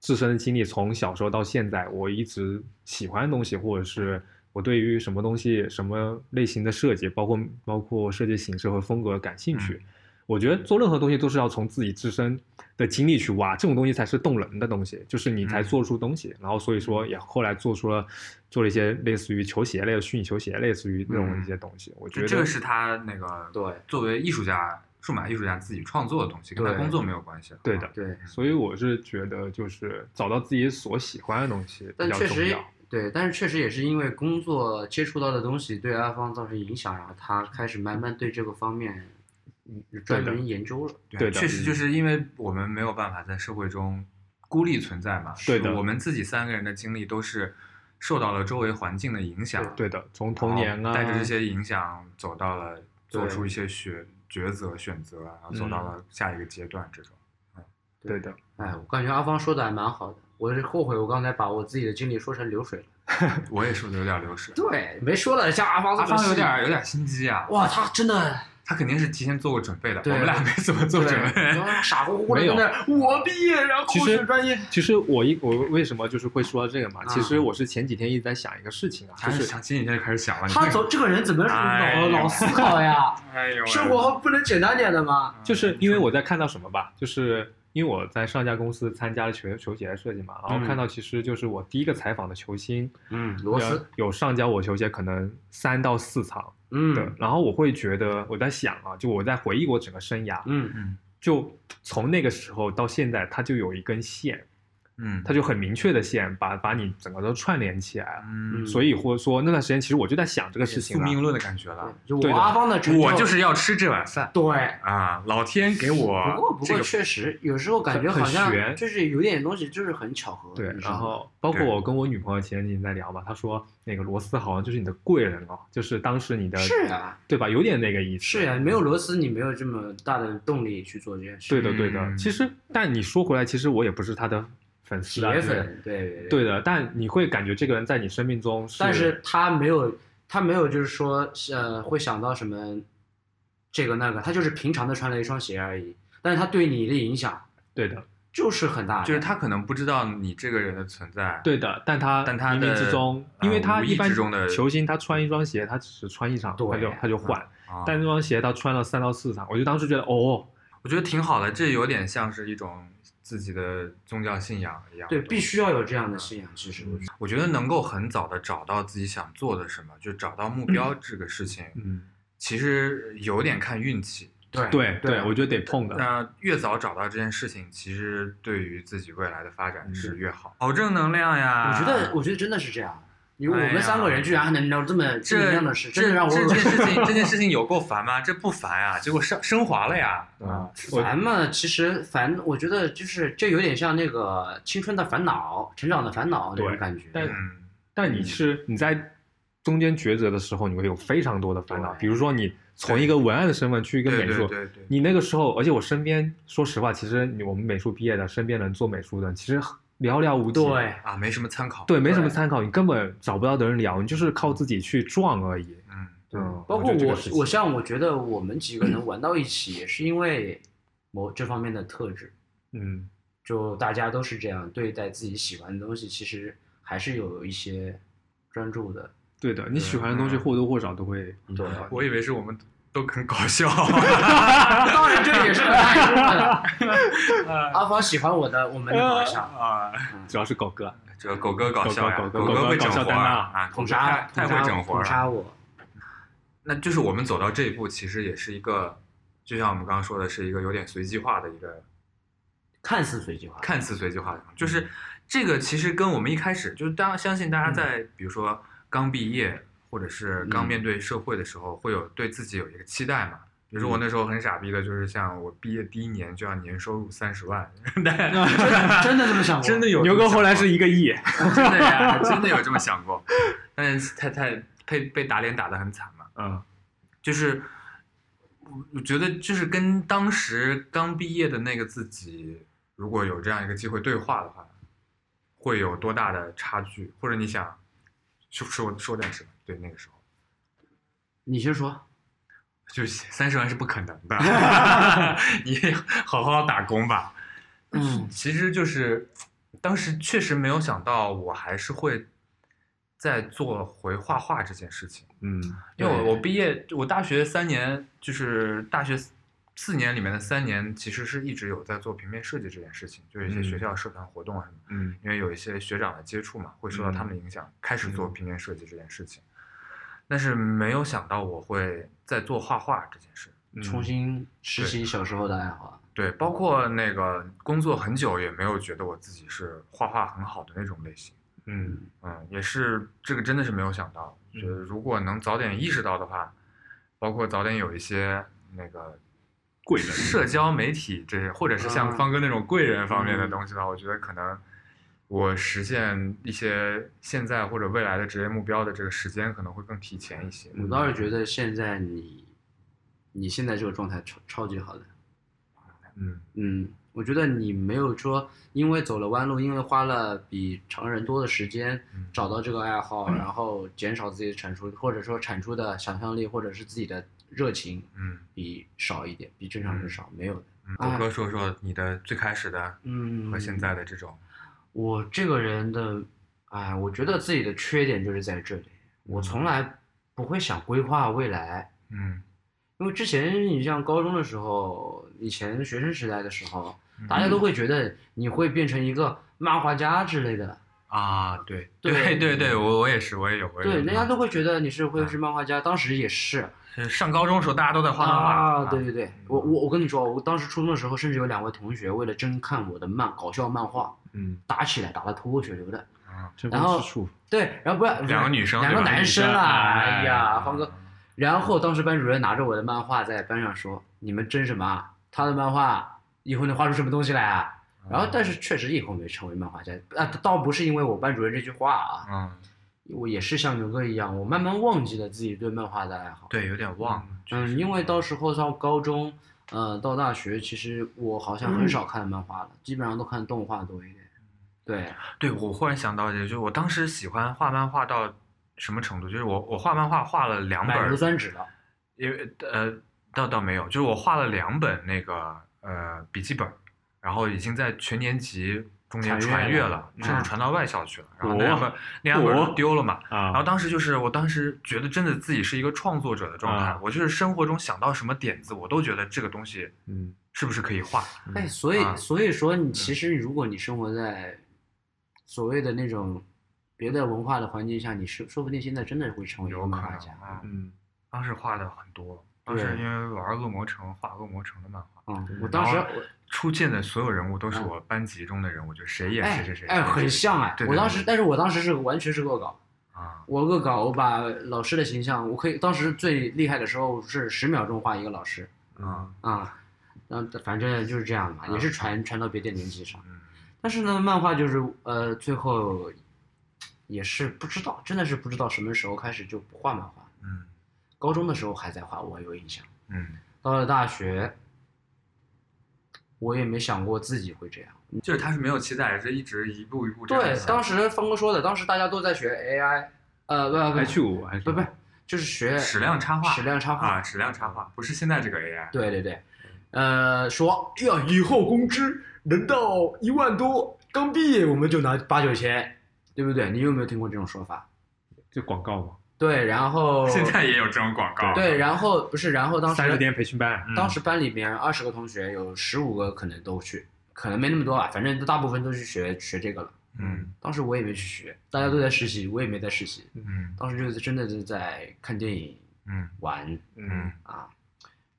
Speaker 1: 自身的经历，从小时候到现在，我一直喜欢的东西，或者是我对于什么东西、什么类型的设计，包括包括设计形式和风格感兴趣。
Speaker 2: 嗯
Speaker 1: 我觉得做任何东西都是要从自己自身的经历去挖，这种东西才是动人的东西，就是你才
Speaker 2: 嗯
Speaker 1: 做出东西。然后所以说也后来做出了做了一些类似于球鞋类的虚拟球鞋，类似于那种
Speaker 2: 嗯
Speaker 1: 一些东西。我觉
Speaker 2: 就
Speaker 1: 得
Speaker 2: 这个是他那个
Speaker 4: 对
Speaker 2: 作为艺术家、数码艺术家自己创作的东西，跟他
Speaker 4: 对
Speaker 2: 工作没有关系。啊
Speaker 1: 对的，
Speaker 4: 对，
Speaker 1: 所以我是觉得就是找到自己所喜欢的东西比
Speaker 4: 但
Speaker 1: 较
Speaker 4: 确
Speaker 1: 重
Speaker 4: 实
Speaker 1: 要。
Speaker 4: 对，但是确实也是因为工作接触到的东西对阿芳造成影响，然后他开始慢慢对这个方面嗯专
Speaker 1: 对的
Speaker 4: 门研究了。
Speaker 1: 对的嗯
Speaker 2: 确实就是因为我们没有办法在社会中孤立存在嘛。
Speaker 1: 对的
Speaker 2: 是我们自己三个人的经历都是受到了周围环境的影响，
Speaker 1: 对的，从童年
Speaker 2: 然后
Speaker 1: 啊，
Speaker 2: 带着这些影响走到了做
Speaker 4: 对
Speaker 2: 出一些选抉择、选择，啊然后走到
Speaker 1: 嗯
Speaker 2: 了下一个阶段这种。
Speaker 1: 对的，
Speaker 4: 哎，我感觉阿芳说的还蛮好的，我是后悔我刚才把我自己的经历说成流水了。
Speaker 2: 我也说的有点流水，
Speaker 4: 对，没说了，像阿芳
Speaker 2: 阿
Speaker 4: 这么
Speaker 2: 芳有
Speaker 4: 细
Speaker 2: 点有点心机啊，
Speaker 4: 哦哇，他真的
Speaker 2: 他肯定是提前做过准备的，我
Speaker 4: 对
Speaker 2: 们俩没怎么做
Speaker 4: 对，
Speaker 2: 准备。
Speaker 4: 然后傻乎乎的
Speaker 1: 没有
Speaker 4: 在那儿我毕业，然后
Speaker 1: 其
Speaker 4: 选
Speaker 1: 实啊
Speaker 4: 专业，
Speaker 1: 其实我一我为什么就是会说到这个嘛？
Speaker 4: 啊
Speaker 1: 其实我是前几天一直在想一个事情啊，
Speaker 2: *laughs* 还
Speaker 1: 就是是
Speaker 2: 想前几天就开始想了，你
Speaker 4: 他
Speaker 2: 看
Speaker 4: 走这个人怎么
Speaker 2: 哎
Speaker 4: 老
Speaker 2: 呦
Speaker 4: 老思考呀？
Speaker 2: 哎呦喂，哎
Speaker 4: 生活不能简单点的吗？
Speaker 2: 啊
Speaker 1: 就是因为我在看到什么吧，就是因为我在上一家公司参加了球球鞋设计嘛，
Speaker 2: 嗯
Speaker 1: 然后看到其实就是我第一个采访的球星，
Speaker 4: 嗯，螺
Speaker 1: 呃
Speaker 4: 丝，
Speaker 1: 有上交我球鞋可能三到四场的，
Speaker 4: 嗯
Speaker 1: 然后我会觉得我在想啊，就我在回忆我整个生涯，
Speaker 4: 嗯
Speaker 2: 嗯
Speaker 1: 就从那个时候到现在，它就有一根线，
Speaker 2: 嗯，
Speaker 1: 它就很明确的线把把你整个都串联起来了。
Speaker 2: 嗯
Speaker 1: 所以或者说那段时间，其实我就在想这个事情啊
Speaker 4: 啊
Speaker 2: 宿
Speaker 1: 了。
Speaker 2: 命论的感觉了。
Speaker 4: 就我
Speaker 1: 对的
Speaker 4: 阿芳的成就，
Speaker 2: 我就是要吃这碗饭
Speaker 4: 对。
Speaker 2: 啊！老天给
Speaker 4: 不过
Speaker 2: 我
Speaker 4: 不
Speaker 2: 这
Speaker 4: 过
Speaker 2: 个
Speaker 4: 确实有时候感觉
Speaker 1: 很
Speaker 4: 好
Speaker 1: 很
Speaker 4: 像
Speaker 1: 悬
Speaker 4: 就是有点东西就是很巧合，
Speaker 1: 对
Speaker 4: 你，知道
Speaker 1: 然
Speaker 4: 吗
Speaker 1: 后包括
Speaker 2: 对
Speaker 1: 我跟我女朋友前几天在聊嘛，她说那个罗斯好像就是你的贵人哦，就是当时你的
Speaker 4: 是啊
Speaker 1: 对吧？有点那个意思。
Speaker 4: 是呀，啊没有螺丝你没有这么大的动力去做这件
Speaker 1: 对
Speaker 4: 事，
Speaker 1: 的，对的。
Speaker 2: 嗯
Speaker 1: 其实，但你说回来，其实我也不是他的粉丝啊，
Speaker 4: 铁
Speaker 1: 对
Speaker 4: 粉，对对
Speaker 1: 对的。但你会感觉这个人在你生命中是，
Speaker 4: 但是他没有，他没有就是说，呃，会想到什么这个那个，他就是平常的穿了一双鞋而已。但是他对你的影响
Speaker 1: 对的，
Speaker 4: 就是很大的，
Speaker 2: 就是他可能不知道你这个人的存在，
Speaker 1: 对的。但他
Speaker 2: 但他
Speaker 1: 冥
Speaker 2: 的
Speaker 1: 冥之中，
Speaker 2: 啊
Speaker 1: 因为他
Speaker 2: 无意
Speaker 1: 一般
Speaker 2: 之中的
Speaker 1: 球星，他穿一双鞋，他只穿一场，
Speaker 4: 对
Speaker 1: 他就他就换。
Speaker 2: 啊，
Speaker 1: 但那双鞋他穿了三到四场，我就当时觉得哦，
Speaker 2: 我觉得挺好的，这有点像是一种自己的宗教信仰一样。
Speaker 4: 对，必须要有这样的信仰。其实我觉得
Speaker 2: 我觉得能够很早的找到自己想做的什么，就找到
Speaker 4: 嗯
Speaker 2: 目标这个事情，
Speaker 1: 嗯，
Speaker 2: 其实有点看运气。
Speaker 4: 对
Speaker 1: 对
Speaker 4: 对，
Speaker 1: 我觉得得碰的，
Speaker 2: 那越早找到这件事情，其实对于自己未来的发展是越好。好正能量呀！
Speaker 4: 嗯我觉得我觉得真的是这样。因为
Speaker 2: 啊哎呀
Speaker 4: 我们三个人居然还能聊这么正能
Speaker 2: 这
Speaker 4: 量的事，真
Speaker 2: 这
Speaker 4: 的让我 *laughs*
Speaker 2: 这件事情，这件事情有够烦吗？这不烦呀，结果升升华了
Speaker 4: *laughs*
Speaker 2: 呀。嗯
Speaker 1: 啊，我
Speaker 4: 烦嘛。其实烦，我觉得就是这有点像那个青春的烦恼、成长的烦恼那种
Speaker 1: 对
Speaker 4: 感觉。
Speaker 1: 但
Speaker 2: 嗯，
Speaker 1: 但你是你在中间抉择的时候，你会有非常多的烦恼。
Speaker 4: 对
Speaker 1: 比如说，你从一个文案的身份去一个
Speaker 2: 对
Speaker 1: 美
Speaker 2: 对
Speaker 1: 术，
Speaker 2: 对对，
Speaker 1: 你那个时候，而且我身边，说实话，其实你我们美术毕业的，身边人做美术的，其实寥寥无几。
Speaker 4: 对，
Speaker 2: 啊，没什么参考。
Speaker 1: 对，没什么
Speaker 4: 对
Speaker 1: 参考，你根本找不到的人聊，你就是靠自己去撞而已。
Speaker 2: 嗯，
Speaker 1: 嗯，
Speaker 4: 包括
Speaker 1: 觉得这个
Speaker 4: 我
Speaker 1: 事，情
Speaker 4: 我像我觉得我们几个能玩到一起，也是因为某这方面的特质，
Speaker 1: 嗯，
Speaker 4: 就大家都是这样对待自己喜欢的东西，其实还是有一些专注的。
Speaker 1: 对的，你喜欢的东西
Speaker 2: 嗯
Speaker 1: 或多或少都会。
Speaker 4: 对，
Speaker 2: 我以为是我们都很搞
Speaker 4: *laughs*
Speaker 2: 笑。啊
Speaker 4: 当然这也是很大一部分的。阿芳喜欢我的，我们的搞笑，
Speaker 2: 啊，
Speaker 4: 嗯
Speaker 1: 主要是狗哥，
Speaker 2: 这个狗哥搞笑呀，
Speaker 1: 狗哥
Speaker 2: 狗
Speaker 1: 狗哥
Speaker 2: 会整
Speaker 1: 搞笑
Speaker 2: 活
Speaker 1: 担
Speaker 2: 儿
Speaker 1: 当
Speaker 2: 啊，
Speaker 4: 捧
Speaker 2: 狗哥太太
Speaker 4: 杀捧
Speaker 2: 会
Speaker 4: 杀
Speaker 2: 整
Speaker 4: 我，
Speaker 2: 活
Speaker 4: 捧
Speaker 2: 儿
Speaker 4: 杀
Speaker 2: 了。
Speaker 4: 我。
Speaker 2: 那就是我们走到这一步，其实也是一个，就像我们刚刚说的，是一个有点随机化的一个
Speaker 4: 看似随机化，
Speaker 2: 看似随机化的，就是这个其实跟我们一开始就是当相信大家在、比如说刚毕业或者是刚
Speaker 4: 嗯
Speaker 2: 面对社会的时候，会有对自己有一个期待嘛。比如说我那时候很傻逼的，就是像我毕业第一年就要年收入三十万，
Speaker 4: 真的 *laughs* 真的这么想过？
Speaker 2: *laughs* 真的有
Speaker 1: 牛哥后来
Speaker 2: 一。
Speaker 1: 是一个亿。
Speaker 2: 真的呀，真的有这么想过，但是太太被被打脸打得很惨嘛。
Speaker 1: 嗯，
Speaker 2: 就是我我觉得，就是跟当时刚毕业的那个自己，如果有这样一个机会对话的话，会有多大的差距？或者你想说说说点什么？对那个时候，
Speaker 4: 你先说。
Speaker 2: 就是三十万是不可能的，你 *laughs* 好好打工吧。
Speaker 4: 嗯，
Speaker 2: 其实就是当时确实没有想到，我还是会在做回画画这件事情。
Speaker 1: 嗯，
Speaker 2: 因为我
Speaker 4: 对
Speaker 2: 我毕业，我大学三年，就是大学四年里面的三年，其实是一直有在做平面设计这件事情，就是一些
Speaker 1: 嗯
Speaker 2: 学校社团活动啊什么。
Speaker 1: 嗯，
Speaker 2: 因为有一些学长的接触嘛，会受到
Speaker 1: 嗯
Speaker 2: 他们的影响，开始做
Speaker 1: 嗯
Speaker 2: 平面设计这件事情。但是没有想到我会在做画画这件事。
Speaker 1: 嗯
Speaker 4: 重新拾起小时候的爱好。啊
Speaker 2: 对，包括那个工作很久也没有觉得我自己是画画很好的那种类型。
Speaker 1: 嗯，
Speaker 2: 嗯，也是这个真的是没有想到，
Speaker 1: 嗯
Speaker 2: 就是如果能早点意识到的话，包括早点有一些那个
Speaker 1: 贵人
Speaker 2: 社交媒体这些，或者是像
Speaker 4: 啊
Speaker 2: 方哥那种贵人方面的
Speaker 4: 嗯
Speaker 2: 东西的话，我觉得可能我实现一些现在或者未来的职业目标的这个时间可能会更提前一些。
Speaker 4: 我倒是觉得现在你，你现在这个状态超超级好的，
Speaker 2: 嗯，
Speaker 4: 嗯，我觉得你没有说因为走了弯路，因为花了比常人多的时间
Speaker 2: 嗯
Speaker 4: 找到这个爱好，然后减少自己的产出，或者说产出的想象力或者是自己的热情，
Speaker 2: 嗯，
Speaker 4: 比少一点，比正常人少，没有的。
Speaker 2: 嗯狗哥说说你的最开始的
Speaker 4: 哎嗯
Speaker 2: 和现在的这种，
Speaker 4: 我这个人的，哎，我觉得自己的缺点就是在这里，我从来不会想规划未来，
Speaker 2: 嗯
Speaker 4: 因为之前你像高中的时候，以前学生时代的时候，
Speaker 2: 嗯
Speaker 4: 大家都会觉得你会变成一个漫画家之类的，
Speaker 2: 啊，对
Speaker 4: 对嗯
Speaker 2: 对对对，我我也是，我也有，我也有
Speaker 4: 对，人家
Speaker 2: 嗯
Speaker 4: 都会觉得你是会是漫画家，当时也是
Speaker 2: 是呃上高中的时候大家都在画漫画嗯
Speaker 4: 啊，对，对对，我我我跟你说，啊我当时初中的时候，甚至有两位同学为了争看我的漫搞笑漫画
Speaker 1: 嗯，
Speaker 4: 打起来，打得头破血流的。
Speaker 2: 啊
Speaker 1: 这
Speaker 4: 然后
Speaker 1: 之处，
Speaker 4: 对，然后不是
Speaker 2: 两个女生，
Speaker 4: 两个
Speaker 2: 对吧
Speaker 4: 男生啦，哎呀，方哥。，
Speaker 2: 嗯
Speaker 4: 然后当时班主任拿着我的漫画在班上说：“你们争什么啊？他的漫画以后能画出什么东西来啊？”然后，但是确实以后没成为漫画家啊，倒不是因为我班主任这句话啊，
Speaker 2: 嗯，
Speaker 4: 我也是像牛哥一样，我慢慢忘记了自己对漫画的爱好。
Speaker 2: 对，有点忘，确实
Speaker 4: 嗯，因为到时候到高中，呃，到大学，其实我好像很少看漫画了，基本上都看动画多一点。对，
Speaker 2: 对我忽然想到一个，就是我当时喜欢画漫画到什么程度，就是我我画漫画画了两本
Speaker 4: 买
Speaker 2: 儿
Speaker 4: 硫，酸纸了。
Speaker 2: 因为呃，倒倒没有，就是我画了两本那个呃笔记本儿，然后已经在全年级中间
Speaker 4: 传阅
Speaker 2: 传阅
Speaker 4: 了
Speaker 2: 了，甚
Speaker 4: 嗯
Speaker 2: 至传到外校去了，然后那
Speaker 1: 哦
Speaker 2: 两本那两本儿
Speaker 1: 哦
Speaker 2: 都丢了嘛，
Speaker 1: 啊，
Speaker 2: 然后当时就是，我当时觉得真的自己是一个创作者的状态，
Speaker 4: 嗯
Speaker 1: 啊
Speaker 2: 我就是生活中想到什么点子，我都觉得这个东西
Speaker 1: 嗯，
Speaker 2: 是不是可以
Speaker 4: *laughs*
Speaker 2: 画？
Speaker 1: 嗯
Speaker 4: 哎，所以
Speaker 2: 啊
Speaker 4: 所以说，你其实如果你生活在所谓的那种别的文化的环境下，你是说不定现在真的会成为一个
Speaker 2: 有可
Speaker 4: 漫画
Speaker 2: 能
Speaker 4: 家。
Speaker 2: 啊。
Speaker 1: 嗯，
Speaker 2: 当时画的很多，当时
Speaker 4: 对
Speaker 2: 因为玩恶魔城画恶魔城的漫画，
Speaker 4: 嗯，
Speaker 1: 嗯
Speaker 4: 我当时
Speaker 2: 然后出现的所有人物都是我班级中的人物，就谁
Speaker 4: 我
Speaker 2: 演谁
Speaker 4: 哎
Speaker 2: 谁谁，
Speaker 4: 哎
Speaker 2: 谁谁
Speaker 4: 很
Speaker 2: 谁
Speaker 4: 像哎
Speaker 2: 对，对
Speaker 4: 我
Speaker 2: 对
Speaker 4: 当时，
Speaker 2: 对
Speaker 4: 但是我当时是完全是恶搞，
Speaker 2: 啊，
Speaker 4: 我恶搞，我把老师的形象，我可以当时最厉害的时候是十秒钟画一个老师
Speaker 2: 嗯
Speaker 4: 啊，然后反正就是这样嘛，也是传传到别的年级上。
Speaker 2: 嗯
Speaker 4: 但是呢，漫画就是呃，最后也是不知道，真的是不知道什么时候开始就不画漫画。
Speaker 2: 嗯
Speaker 4: 高中的时候还在画，我有印象。
Speaker 2: 嗯，
Speaker 4: 到了大学，我也没想过自己会这样。
Speaker 2: 就是他是没有期待，是一直一步一步这样
Speaker 4: 对，
Speaker 2: 下
Speaker 4: 当时方哥说的，当时大家都在学 AI，呃，不
Speaker 1: 还
Speaker 4: 不
Speaker 1: 去五还
Speaker 4: 不不不，就是学
Speaker 2: 矢量插画
Speaker 4: 哎矢量插画。
Speaker 2: 啊，矢量插画不是现在这个 AI，
Speaker 4: 对对对，呃，说呀，以后工资能到一万多，刚毕业我们就拿八九千，对不对？你有没有听过这种说法？
Speaker 1: 这广告嘛，
Speaker 4: 对，然后
Speaker 2: 现在也有这种广告，
Speaker 4: 对，然后不是，然后当时
Speaker 1: 三十天培训班，
Speaker 2: 嗯
Speaker 4: 当时班里面二十个同学，有十五个可能都去，可能没那么多吧，反正大部分都去学学这个了。
Speaker 2: 嗯
Speaker 4: 当时我也没去学，大家都在实习，我也没在实习。
Speaker 2: 嗯
Speaker 4: 当时就是真的是在看电影、
Speaker 2: 嗯
Speaker 4: 玩
Speaker 2: 嗯。
Speaker 4: 啊。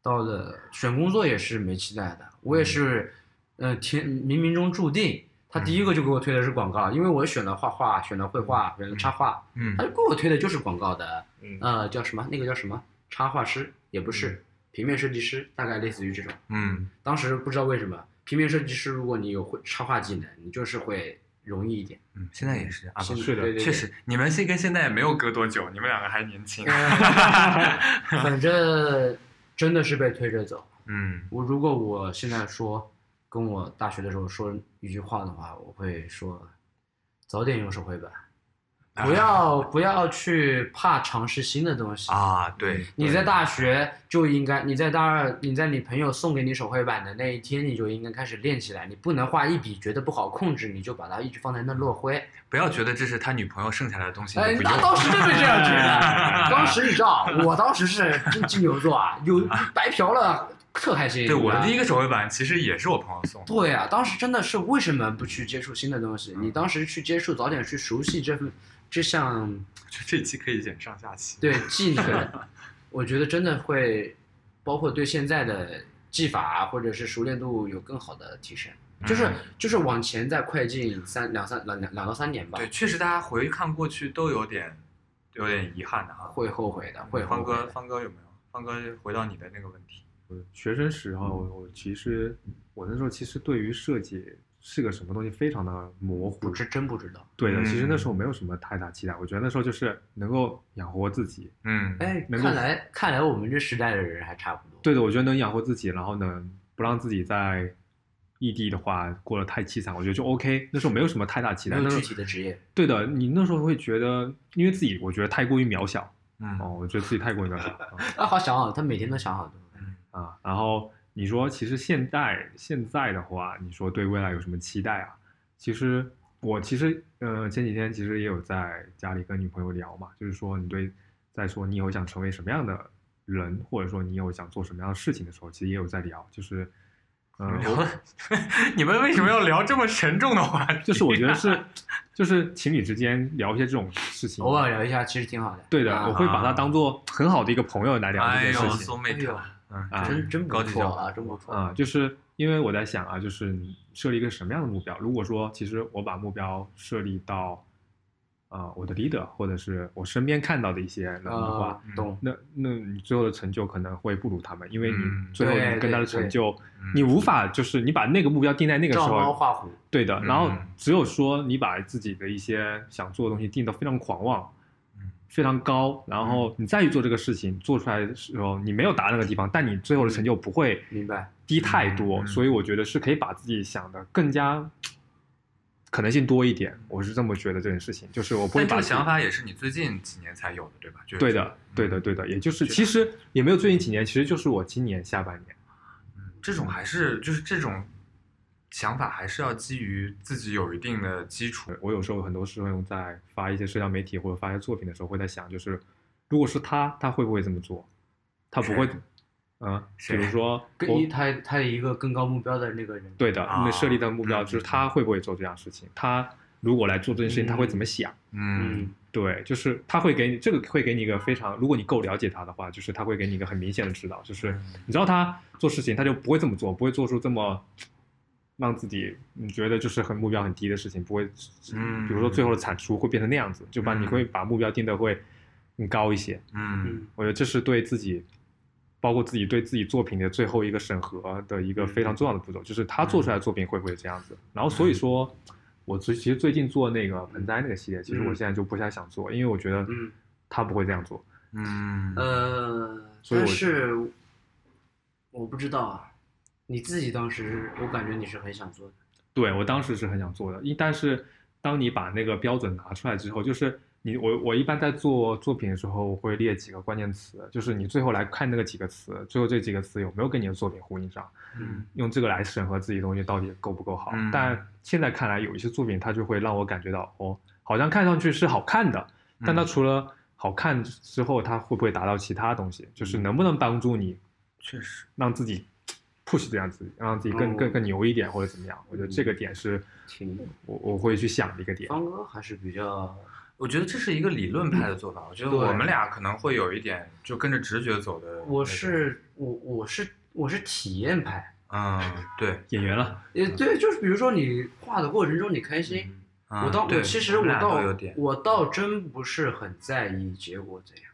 Speaker 4: 到了选工作也是没期待的，
Speaker 2: 嗯
Speaker 4: 我也是，呃，天冥冥中注定，他第一
Speaker 2: 嗯
Speaker 4: 个就给我推的是广告，因为我选了画画，选了绘画，选了插画，
Speaker 2: 嗯
Speaker 4: 他就给我推的就是广告的，
Speaker 1: 嗯
Speaker 4: 呃，叫什么？那个叫什么？插画师也不是，平面设计师，大概类似于这种。
Speaker 2: 嗯
Speaker 4: 当时不知道为什么，平面设计师如果你有会插画技能，你就是会容易一点。
Speaker 2: 嗯，现在也是啊，
Speaker 4: 现
Speaker 2: 不
Speaker 1: 是的
Speaker 4: 对对对
Speaker 2: 确实，你们现跟现在也没有隔多久，你们两个还年 *laughs* 轻。
Speaker 4: 啊反正真的是被推着走。
Speaker 2: 嗯
Speaker 4: 我如果我现在说跟我大学的时候说一句话的话，我会说早点入社会吧，
Speaker 2: 啊
Speaker 4: 不要不要去怕尝试新的东西。
Speaker 2: 啊，对，
Speaker 4: 嗯你在
Speaker 2: 对
Speaker 4: 大学就应该，你在大二，你在你朋友送给你手绘板的那一天，你就应该开始练起来。你不能画一笔觉得不好控制，你就把它一直放在那落灰。
Speaker 2: 不要觉得这是他女朋友剩下来的东西
Speaker 4: 哎
Speaker 2: 你，不
Speaker 4: 那
Speaker 2: 用。
Speaker 4: 当时真的这样觉
Speaker 2: *laughs*
Speaker 4: 得。当时你知道，我当时是金金牛座啊，有白嫖了，特开心。
Speaker 2: 对，我的第一
Speaker 4: 个。
Speaker 2: 个手绘板其实也是我朋友送的。
Speaker 4: 啊对啊，当时真的是为什么不去接触新的东西？你当时去接触，早点去熟悉这份这项
Speaker 2: 就这期可以演上下期。
Speaker 4: 对技能，我觉得真的会，包括对现在的技法啊或者是熟练度有更好的提升，就是
Speaker 2: 嗯
Speaker 4: 就是往前再快进三两三两两两到三年吧
Speaker 2: 对，，确实大家回看过去都有点有点遗憾的哈。啊嗯
Speaker 4: 会后悔的，会后
Speaker 2: 方
Speaker 4: 悔
Speaker 2: 哥，
Speaker 4: 的。
Speaker 2: 方哥有没有？方哥回到你的那个问题，
Speaker 1: 学生时候，我其实我那时候其实对于设计是个什么东西非常的模糊
Speaker 4: 不，知真不知道。
Speaker 1: 对的，其实那时候
Speaker 2: 嗯
Speaker 1: 没有什么太大期待，我觉得那时候就是能够养活自己，
Speaker 2: 嗯，
Speaker 4: 哎，
Speaker 1: 能
Speaker 4: 看
Speaker 1: 够
Speaker 4: 来看来我们这时代的人还差不多。
Speaker 1: 对的，我觉得能养活自己，然后呢，不让自己在异地的话过得太凄惨，我觉得就 OK。那时候没有什么太大期待，
Speaker 4: 没有
Speaker 1: 那时
Speaker 4: 具
Speaker 1: 候
Speaker 4: 体的职业，
Speaker 1: 对的，你那时候会觉得，因为自己我觉得太过于渺小
Speaker 2: 嗯
Speaker 1: 哦，我觉得自己太过于渺小啊
Speaker 4: 啊，好想好，他每天都想好多。
Speaker 1: 啊。然后你说，其实现在现在的话，你说对未来有什么期待啊？其实我其实呃前几天其实也有在家里跟女朋友聊嘛，就是说你对在说你以后想成为什么样的人，或者说你以后想做什么样的事情的时候，其实也有在聊，就是嗯、呃，
Speaker 2: 聊
Speaker 4: 哦
Speaker 2: 了 *laughs* 你们为什么要聊这么沉重的话题？
Speaker 1: 就是我觉得是就是情侣之间聊一些这种事情，
Speaker 4: 偶尔聊一下，其实挺好的。
Speaker 1: 对的，
Speaker 4: 啊
Speaker 1: 我会把它当做很好的一个朋友来聊这
Speaker 2: 哎
Speaker 1: 件
Speaker 2: 呦
Speaker 1: 事情。
Speaker 2: ，so mate 了，嗯，
Speaker 1: 啊
Speaker 4: 真真不
Speaker 2: 高级
Speaker 4: 错
Speaker 2: 交换
Speaker 4: 啊，真不错
Speaker 1: 啊、就是因为我在想啊，就是你设立一个什么样的目标？如果说其实我把目标设立到啊、呃我的 leader 或者是我身边看到的一些人的话，
Speaker 4: 啊，懂。
Speaker 1: 那那你最后的成就可能会不如他们，因为你
Speaker 2: 嗯
Speaker 1: 最后
Speaker 4: 对
Speaker 1: 你跟他的
Speaker 4: 对对
Speaker 1: 成就，
Speaker 2: 嗯
Speaker 1: 你无法就是你把那个目标定在那个时
Speaker 4: 照猫
Speaker 1: 候，
Speaker 4: 画虎，
Speaker 1: 对的。然后
Speaker 2: 嗯
Speaker 1: 只有说你把自己的一些想做的东西定得非常狂妄，
Speaker 2: 嗯
Speaker 1: 非常高，然
Speaker 4: 嗯
Speaker 1: 后你再去做这个事情，做出来的时候你没有达到那个地方，但你最后的成就不会
Speaker 4: 明白？
Speaker 1: 低太多，
Speaker 2: 嗯
Speaker 1: 所以我觉得是可以把自己想的更加可能性多一点。我是这么觉得这件事情，就是我不会
Speaker 2: 但这
Speaker 1: 把
Speaker 2: 个
Speaker 1: 自己
Speaker 2: 想法也是你最近几年才有的，对吧？就是
Speaker 1: 对的，对的，对的，也就是其实也没有最近几年，其实就是我今年下半年。
Speaker 2: 嗯，这种还是就是这种想法，还是要基于自己有一定的基础。
Speaker 1: 我有时候很多时候在发一些社交媒体或者发一些作品的时候，会在想，就是如果是他，他会不会这么做？他不会
Speaker 2: 谁，
Speaker 1: 嗯，比
Speaker 2: 谁
Speaker 1: 如说
Speaker 4: 跟
Speaker 1: 我
Speaker 4: 一他他有一个更高目标的那个人，
Speaker 1: 对的，
Speaker 2: 啊
Speaker 1: 那设立的目标
Speaker 2: 嗯
Speaker 1: 就是他会不会做这样的事情，他如果来做这件事情，他会怎么想？
Speaker 2: 嗯
Speaker 4: 嗯，
Speaker 1: 对，就是他会给你这个会给你一个非常，如果你够了解他的话，就是他会给你一个很明显的指导，
Speaker 2: 嗯
Speaker 1: 就是你知道他做事情，他就不会这么做，不会做出这么让自己你觉得就是很目标很低的事情，不会，
Speaker 2: 嗯
Speaker 1: 比如说最后的产出会变成那样子，就把
Speaker 2: 嗯
Speaker 1: 你会把目标定的会更高一些。
Speaker 2: 嗯
Speaker 4: 嗯，
Speaker 1: 我觉得这是对自己，包括自己对自己作品的最后一个审核的一个非
Speaker 4: 嗯
Speaker 1: 常重要的步骤，就是他做出来的作品会不会这样子。然后所以说，我最其实最近做那个盆栽那个系列，其实我
Speaker 4: 嗯
Speaker 1: 现在就不太想做，因为我觉得
Speaker 4: 嗯
Speaker 1: 他不会这样做。
Speaker 2: 嗯
Speaker 4: 呃，
Speaker 1: 所以
Speaker 4: 但
Speaker 1: 我
Speaker 4: 是我不知道啊，你自己当时，我感觉你是很想做的，
Speaker 1: 对我当时是很想做的，一但是当你把那个标准拿出来之后，就是你我我一般在做作品的时候，我会列几个关键词，就是你最后来看那个几个词，最后这几个词有没有跟你的作品呼应上。
Speaker 2: 嗯
Speaker 1: 用这个来审核自己的东西到底够不够好。
Speaker 2: 嗯
Speaker 1: 但现在看来，有一些作品它就会让我感觉到，哦，好像看上去是好看的，但它
Speaker 2: 嗯
Speaker 1: 除了好看之后，它会不会达到其他东西？
Speaker 2: 嗯
Speaker 1: 就是能不能帮助你
Speaker 2: 确实，
Speaker 1: 让自己 push 这样子，让自己更
Speaker 4: 哦
Speaker 1: 更更牛一点，或者怎么样？我觉得这
Speaker 2: 嗯
Speaker 1: 个点是
Speaker 4: 挺
Speaker 1: 我我会去想的一个点。
Speaker 2: 哦
Speaker 4: 方哥还是比较
Speaker 2: 我觉得这是一个理论派的做法。我觉得
Speaker 4: 对
Speaker 2: 我们俩可能会有一点就跟着直觉走的那种。
Speaker 4: 我是我我是我是体验派，
Speaker 2: 嗯，对，
Speaker 1: 演员了，
Speaker 4: 也对，就是比如说你画的过程中你开心，
Speaker 2: 嗯
Speaker 4: 我倒
Speaker 2: 对
Speaker 4: 我其实
Speaker 2: 我
Speaker 4: 我
Speaker 2: 们俩
Speaker 4: 倒
Speaker 2: 都有点，
Speaker 4: 我倒真不是很在意结果怎样，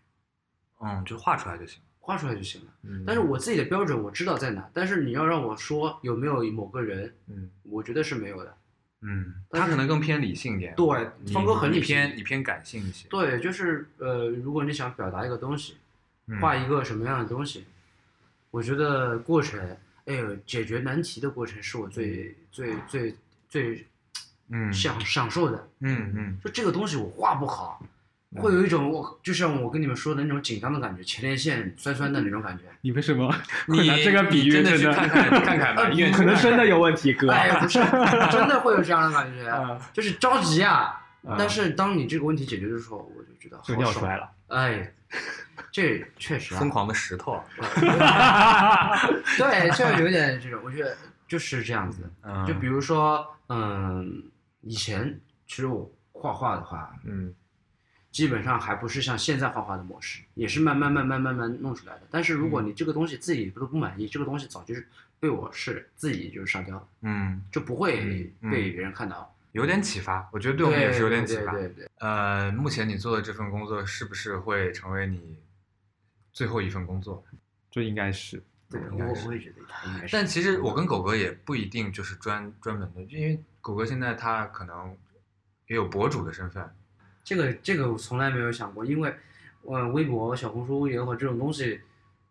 Speaker 2: 嗯，就画出来就行。
Speaker 4: 画出来就行了。
Speaker 1: 嗯
Speaker 4: 但是我自己的标准我知道在哪，但是你要让我说有没有某个人，
Speaker 1: 嗯，
Speaker 4: 我觉得是没有的。
Speaker 2: 嗯，
Speaker 4: 但
Speaker 2: 他
Speaker 4: 是
Speaker 2: 可能更偏理性一点。
Speaker 4: 对，
Speaker 2: 哎你，
Speaker 4: 方哥很
Speaker 2: 你
Speaker 4: 理性
Speaker 2: 偏你偏感性一些。
Speaker 4: 对，就是呃，如果你想表达一个东西，
Speaker 2: 嗯，
Speaker 4: 画一个什么样的东西，我觉得过程，哎呦，解决难题的过程是我最最最最
Speaker 2: 嗯
Speaker 4: 享享受的。
Speaker 2: 嗯嗯
Speaker 4: 就这个东西我画不好，会有一种我就像我跟你们说的那种紧张的感觉，前列腺酸酸的那种感觉。
Speaker 1: 你为什么？
Speaker 2: 你
Speaker 1: 拿这个比喻
Speaker 2: 你真的
Speaker 1: 真
Speaker 2: 去
Speaker 1: 的
Speaker 2: 看看看看吧，因为
Speaker 1: 呃可能真的有问题，哥。
Speaker 4: 哎，
Speaker 1: *laughs*
Speaker 4: 不是，真的会有这样的感觉，
Speaker 1: 啊
Speaker 4: 就是着急啊。
Speaker 1: 啊
Speaker 4: 但是当你这个问题解决的时候，我就觉得
Speaker 1: 就
Speaker 4: 好
Speaker 1: 尿出
Speaker 4: 爽。
Speaker 1: 来
Speaker 2: *laughs*
Speaker 1: 了，
Speaker 4: 哎，这确实啊 *laughs*
Speaker 2: 疯，狂的石头啊。
Speaker 4: 对，就有点这种，我觉得就是这样子。
Speaker 2: 嗯
Speaker 4: 啊就比如说，嗯，以前其实我画画的话，
Speaker 1: 嗯
Speaker 4: 基本上还不是像现在画画的模式，也是慢慢慢慢慢慢弄出来的。但是如果你这个东西自己都不满意，这个东西早就是被我是自己就是上吊了，
Speaker 2: 嗯，
Speaker 4: 就不会
Speaker 2: 嗯
Speaker 4: 被别人看到。
Speaker 2: 有点启发，我觉得对
Speaker 4: 对
Speaker 2: 我们也是有点启
Speaker 4: 对
Speaker 2: 发。
Speaker 4: 对对，
Speaker 2: 呃，目前你做的这份工作是不是会成为你最后一份工作？
Speaker 1: 这应该是，
Speaker 4: 对，
Speaker 1: 对应
Speaker 4: 我
Speaker 1: 该
Speaker 4: 我
Speaker 1: 是
Speaker 4: 也觉得他应该是。
Speaker 2: 但其实我跟狗哥也不一定就是专专门的，因为狗哥现在他可能也有博主的身份，
Speaker 4: 这个这个我从来没有想过，因为呃，微博、小红书也好这种东西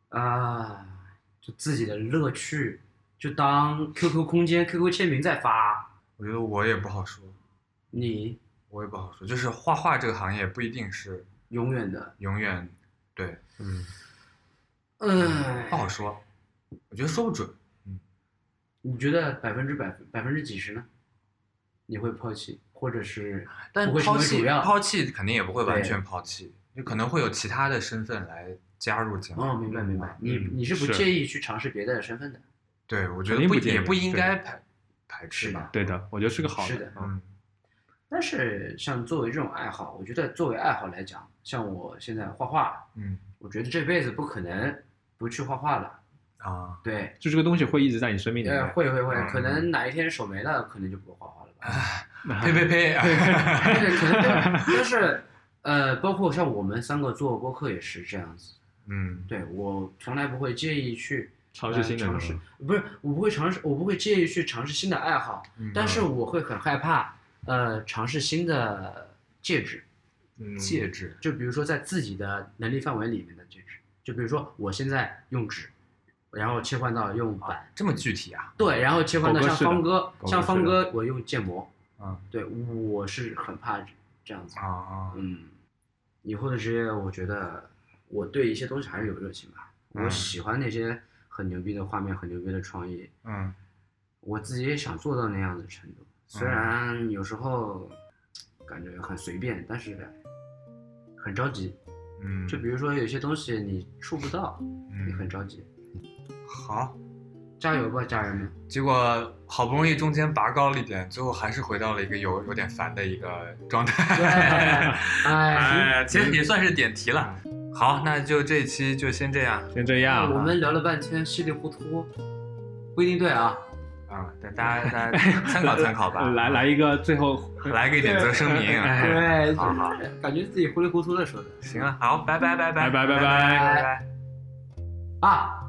Speaker 4: 啊，就自己的乐趣，就当 QQ 空间、QQ 签名在发。
Speaker 2: 我觉得我也不好说，
Speaker 4: 你
Speaker 2: 我也不好说，就是画画这个行业不一定是
Speaker 4: 永远的，
Speaker 2: 永远对，
Speaker 1: 嗯，
Speaker 4: 嗯
Speaker 2: 不，好说，我觉得说不准。
Speaker 4: 你觉得百分之百百分之几十呢？你会抛弃，或者是
Speaker 2: 但
Speaker 4: 不会成
Speaker 2: 抛
Speaker 4: 为
Speaker 2: 弃
Speaker 4: 主要？
Speaker 2: 抛弃肯定也不会完
Speaker 4: 对
Speaker 2: 全抛弃，就可能会有其他的身份来加入进来。
Speaker 4: 哦，明白明白，你
Speaker 1: 嗯
Speaker 4: 你是不
Speaker 1: 是
Speaker 4: 介意去尝试别的身份的，
Speaker 2: 对，我觉
Speaker 1: 肯
Speaker 2: 得
Speaker 1: 定
Speaker 2: 不
Speaker 1: 不介
Speaker 2: 也
Speaker 1: 意
Speaker 2: 不应
Speaker 1: 对
Speaker 2: 该排排斥
Speaker 4: 是吧？？
Speaker 1: 对的，我觉得是个好
Speaker 4: 是的
Speaker 1: 嗯
Speaker 2: 嗯，
Speaker 4: 但是像作为这种爱好，我觉得作为爱好来讲，像我现在画画，
Speaker 2: 嗯
Speaker 4: 我觉得这辈子不可能不去画画了。
Speaker 2: 啊，
Speaker 4: 对，
Speaker 1: 就这个东西会一直在你生命里
Speaker 4: 呃，
Speaker 1: 面。
Speaker 4: 会会会
Speaker 2: 嗯，
Speaker 4: 可能哪一天手没了，可能就不会画画了
Speaker 1: *laughs*
Speaker 4: 吧。
Speaker 2: 呸呸呸！哎
Speaker 4: 但是可能对，但是呃，包括像我们三个做播客也是这样子。
Speaker 2: 嗯，
Speaker 4: 对我从来不会介意去
Speaker 1: 尝试新的
Speaker 4: 呃
Speaker 1: 东
Speaker 4: 尝
Speaker 1: 西
Speaker 4: 试，不是我不会尝试，我不会介意去尝试新的爱好，
Speaker 2: 嗯
Speaker 4: 但是我会很害怕呃尝试新的戒指。
Speaker 1: 嗯
Speaker 2: 戒指，
Speaker 4: 就比如说在自己的能力范围里面的戒指，就比如说我现在用纸，然后切换到用板，
Speaker 2: 这么具体啊？
Speaker 4: 对，然后切换到
Speaker 1: 狗哥
Speaker 4: 像
Speaker 1: 是的
Speaker 4: 方哥，
Speaker 1: 狗哥
Speaker 4: 像
Speaker 1: 是的
Speaker 4: 方哥我用建模，
Speaker 2: 嗯
Speaker 4: 对，我是很怕这样子，
Speaker 2: 啊，
Speaker 4: 嗯，以后的职业我觉得我对一些东西还是有热情吧，我
Speaker 2: 嗯
Speaker 4: 喜欢那些很牛逼的画面，很牛逼的创意，
Speaker 2: 嗯
Speaker 4: 我自己也想做到那样的程度，虽然有时候感觉很随便，但是很着急。
Speaker 2: 嗯，
Speaker 4: 就比如说有些东西你触不到，你很
Speaker 2: 嗯
Speaker 4: 着急，
Speaker 2: 好。
Speaker 4: 加油吧，家人们！
Speaker 2: 结果好不容易中间拔高了一点，最后还是回到了一个有有点烦的一个状
Speaker 4: 对
Speaker 2: 态。
Speaker 4: 哎
Speaker 2: 哎，， *laughs* 其实也算是点题了。好，那就这一期就先这样
Speaker 1: 嗯先这样，啊
Speaker 4: 我们聊了半天，稀里糊涂，不一定对啊。
Speaker 2: 啊，大家大家参考参考 *laughs* 吧。
Speaker 1: 啊来来一个最后，
Speaker 2: 来个点责声 *laughs* 明。啊
Speaker 1: 哎
Speaker 4: 对，
Speaker 2: 好好
Speaker 4: 感
Speaker 1: 啊
Speaker 2: 啊
Speaker 4: 觉自己糊里糊涂的说的
Speaker 2: 行了，好，拜拜拜拜
Speaker 1: 拜拜拜
Speaker 2: 拜拜拜拜。
Speaker 4: 啊。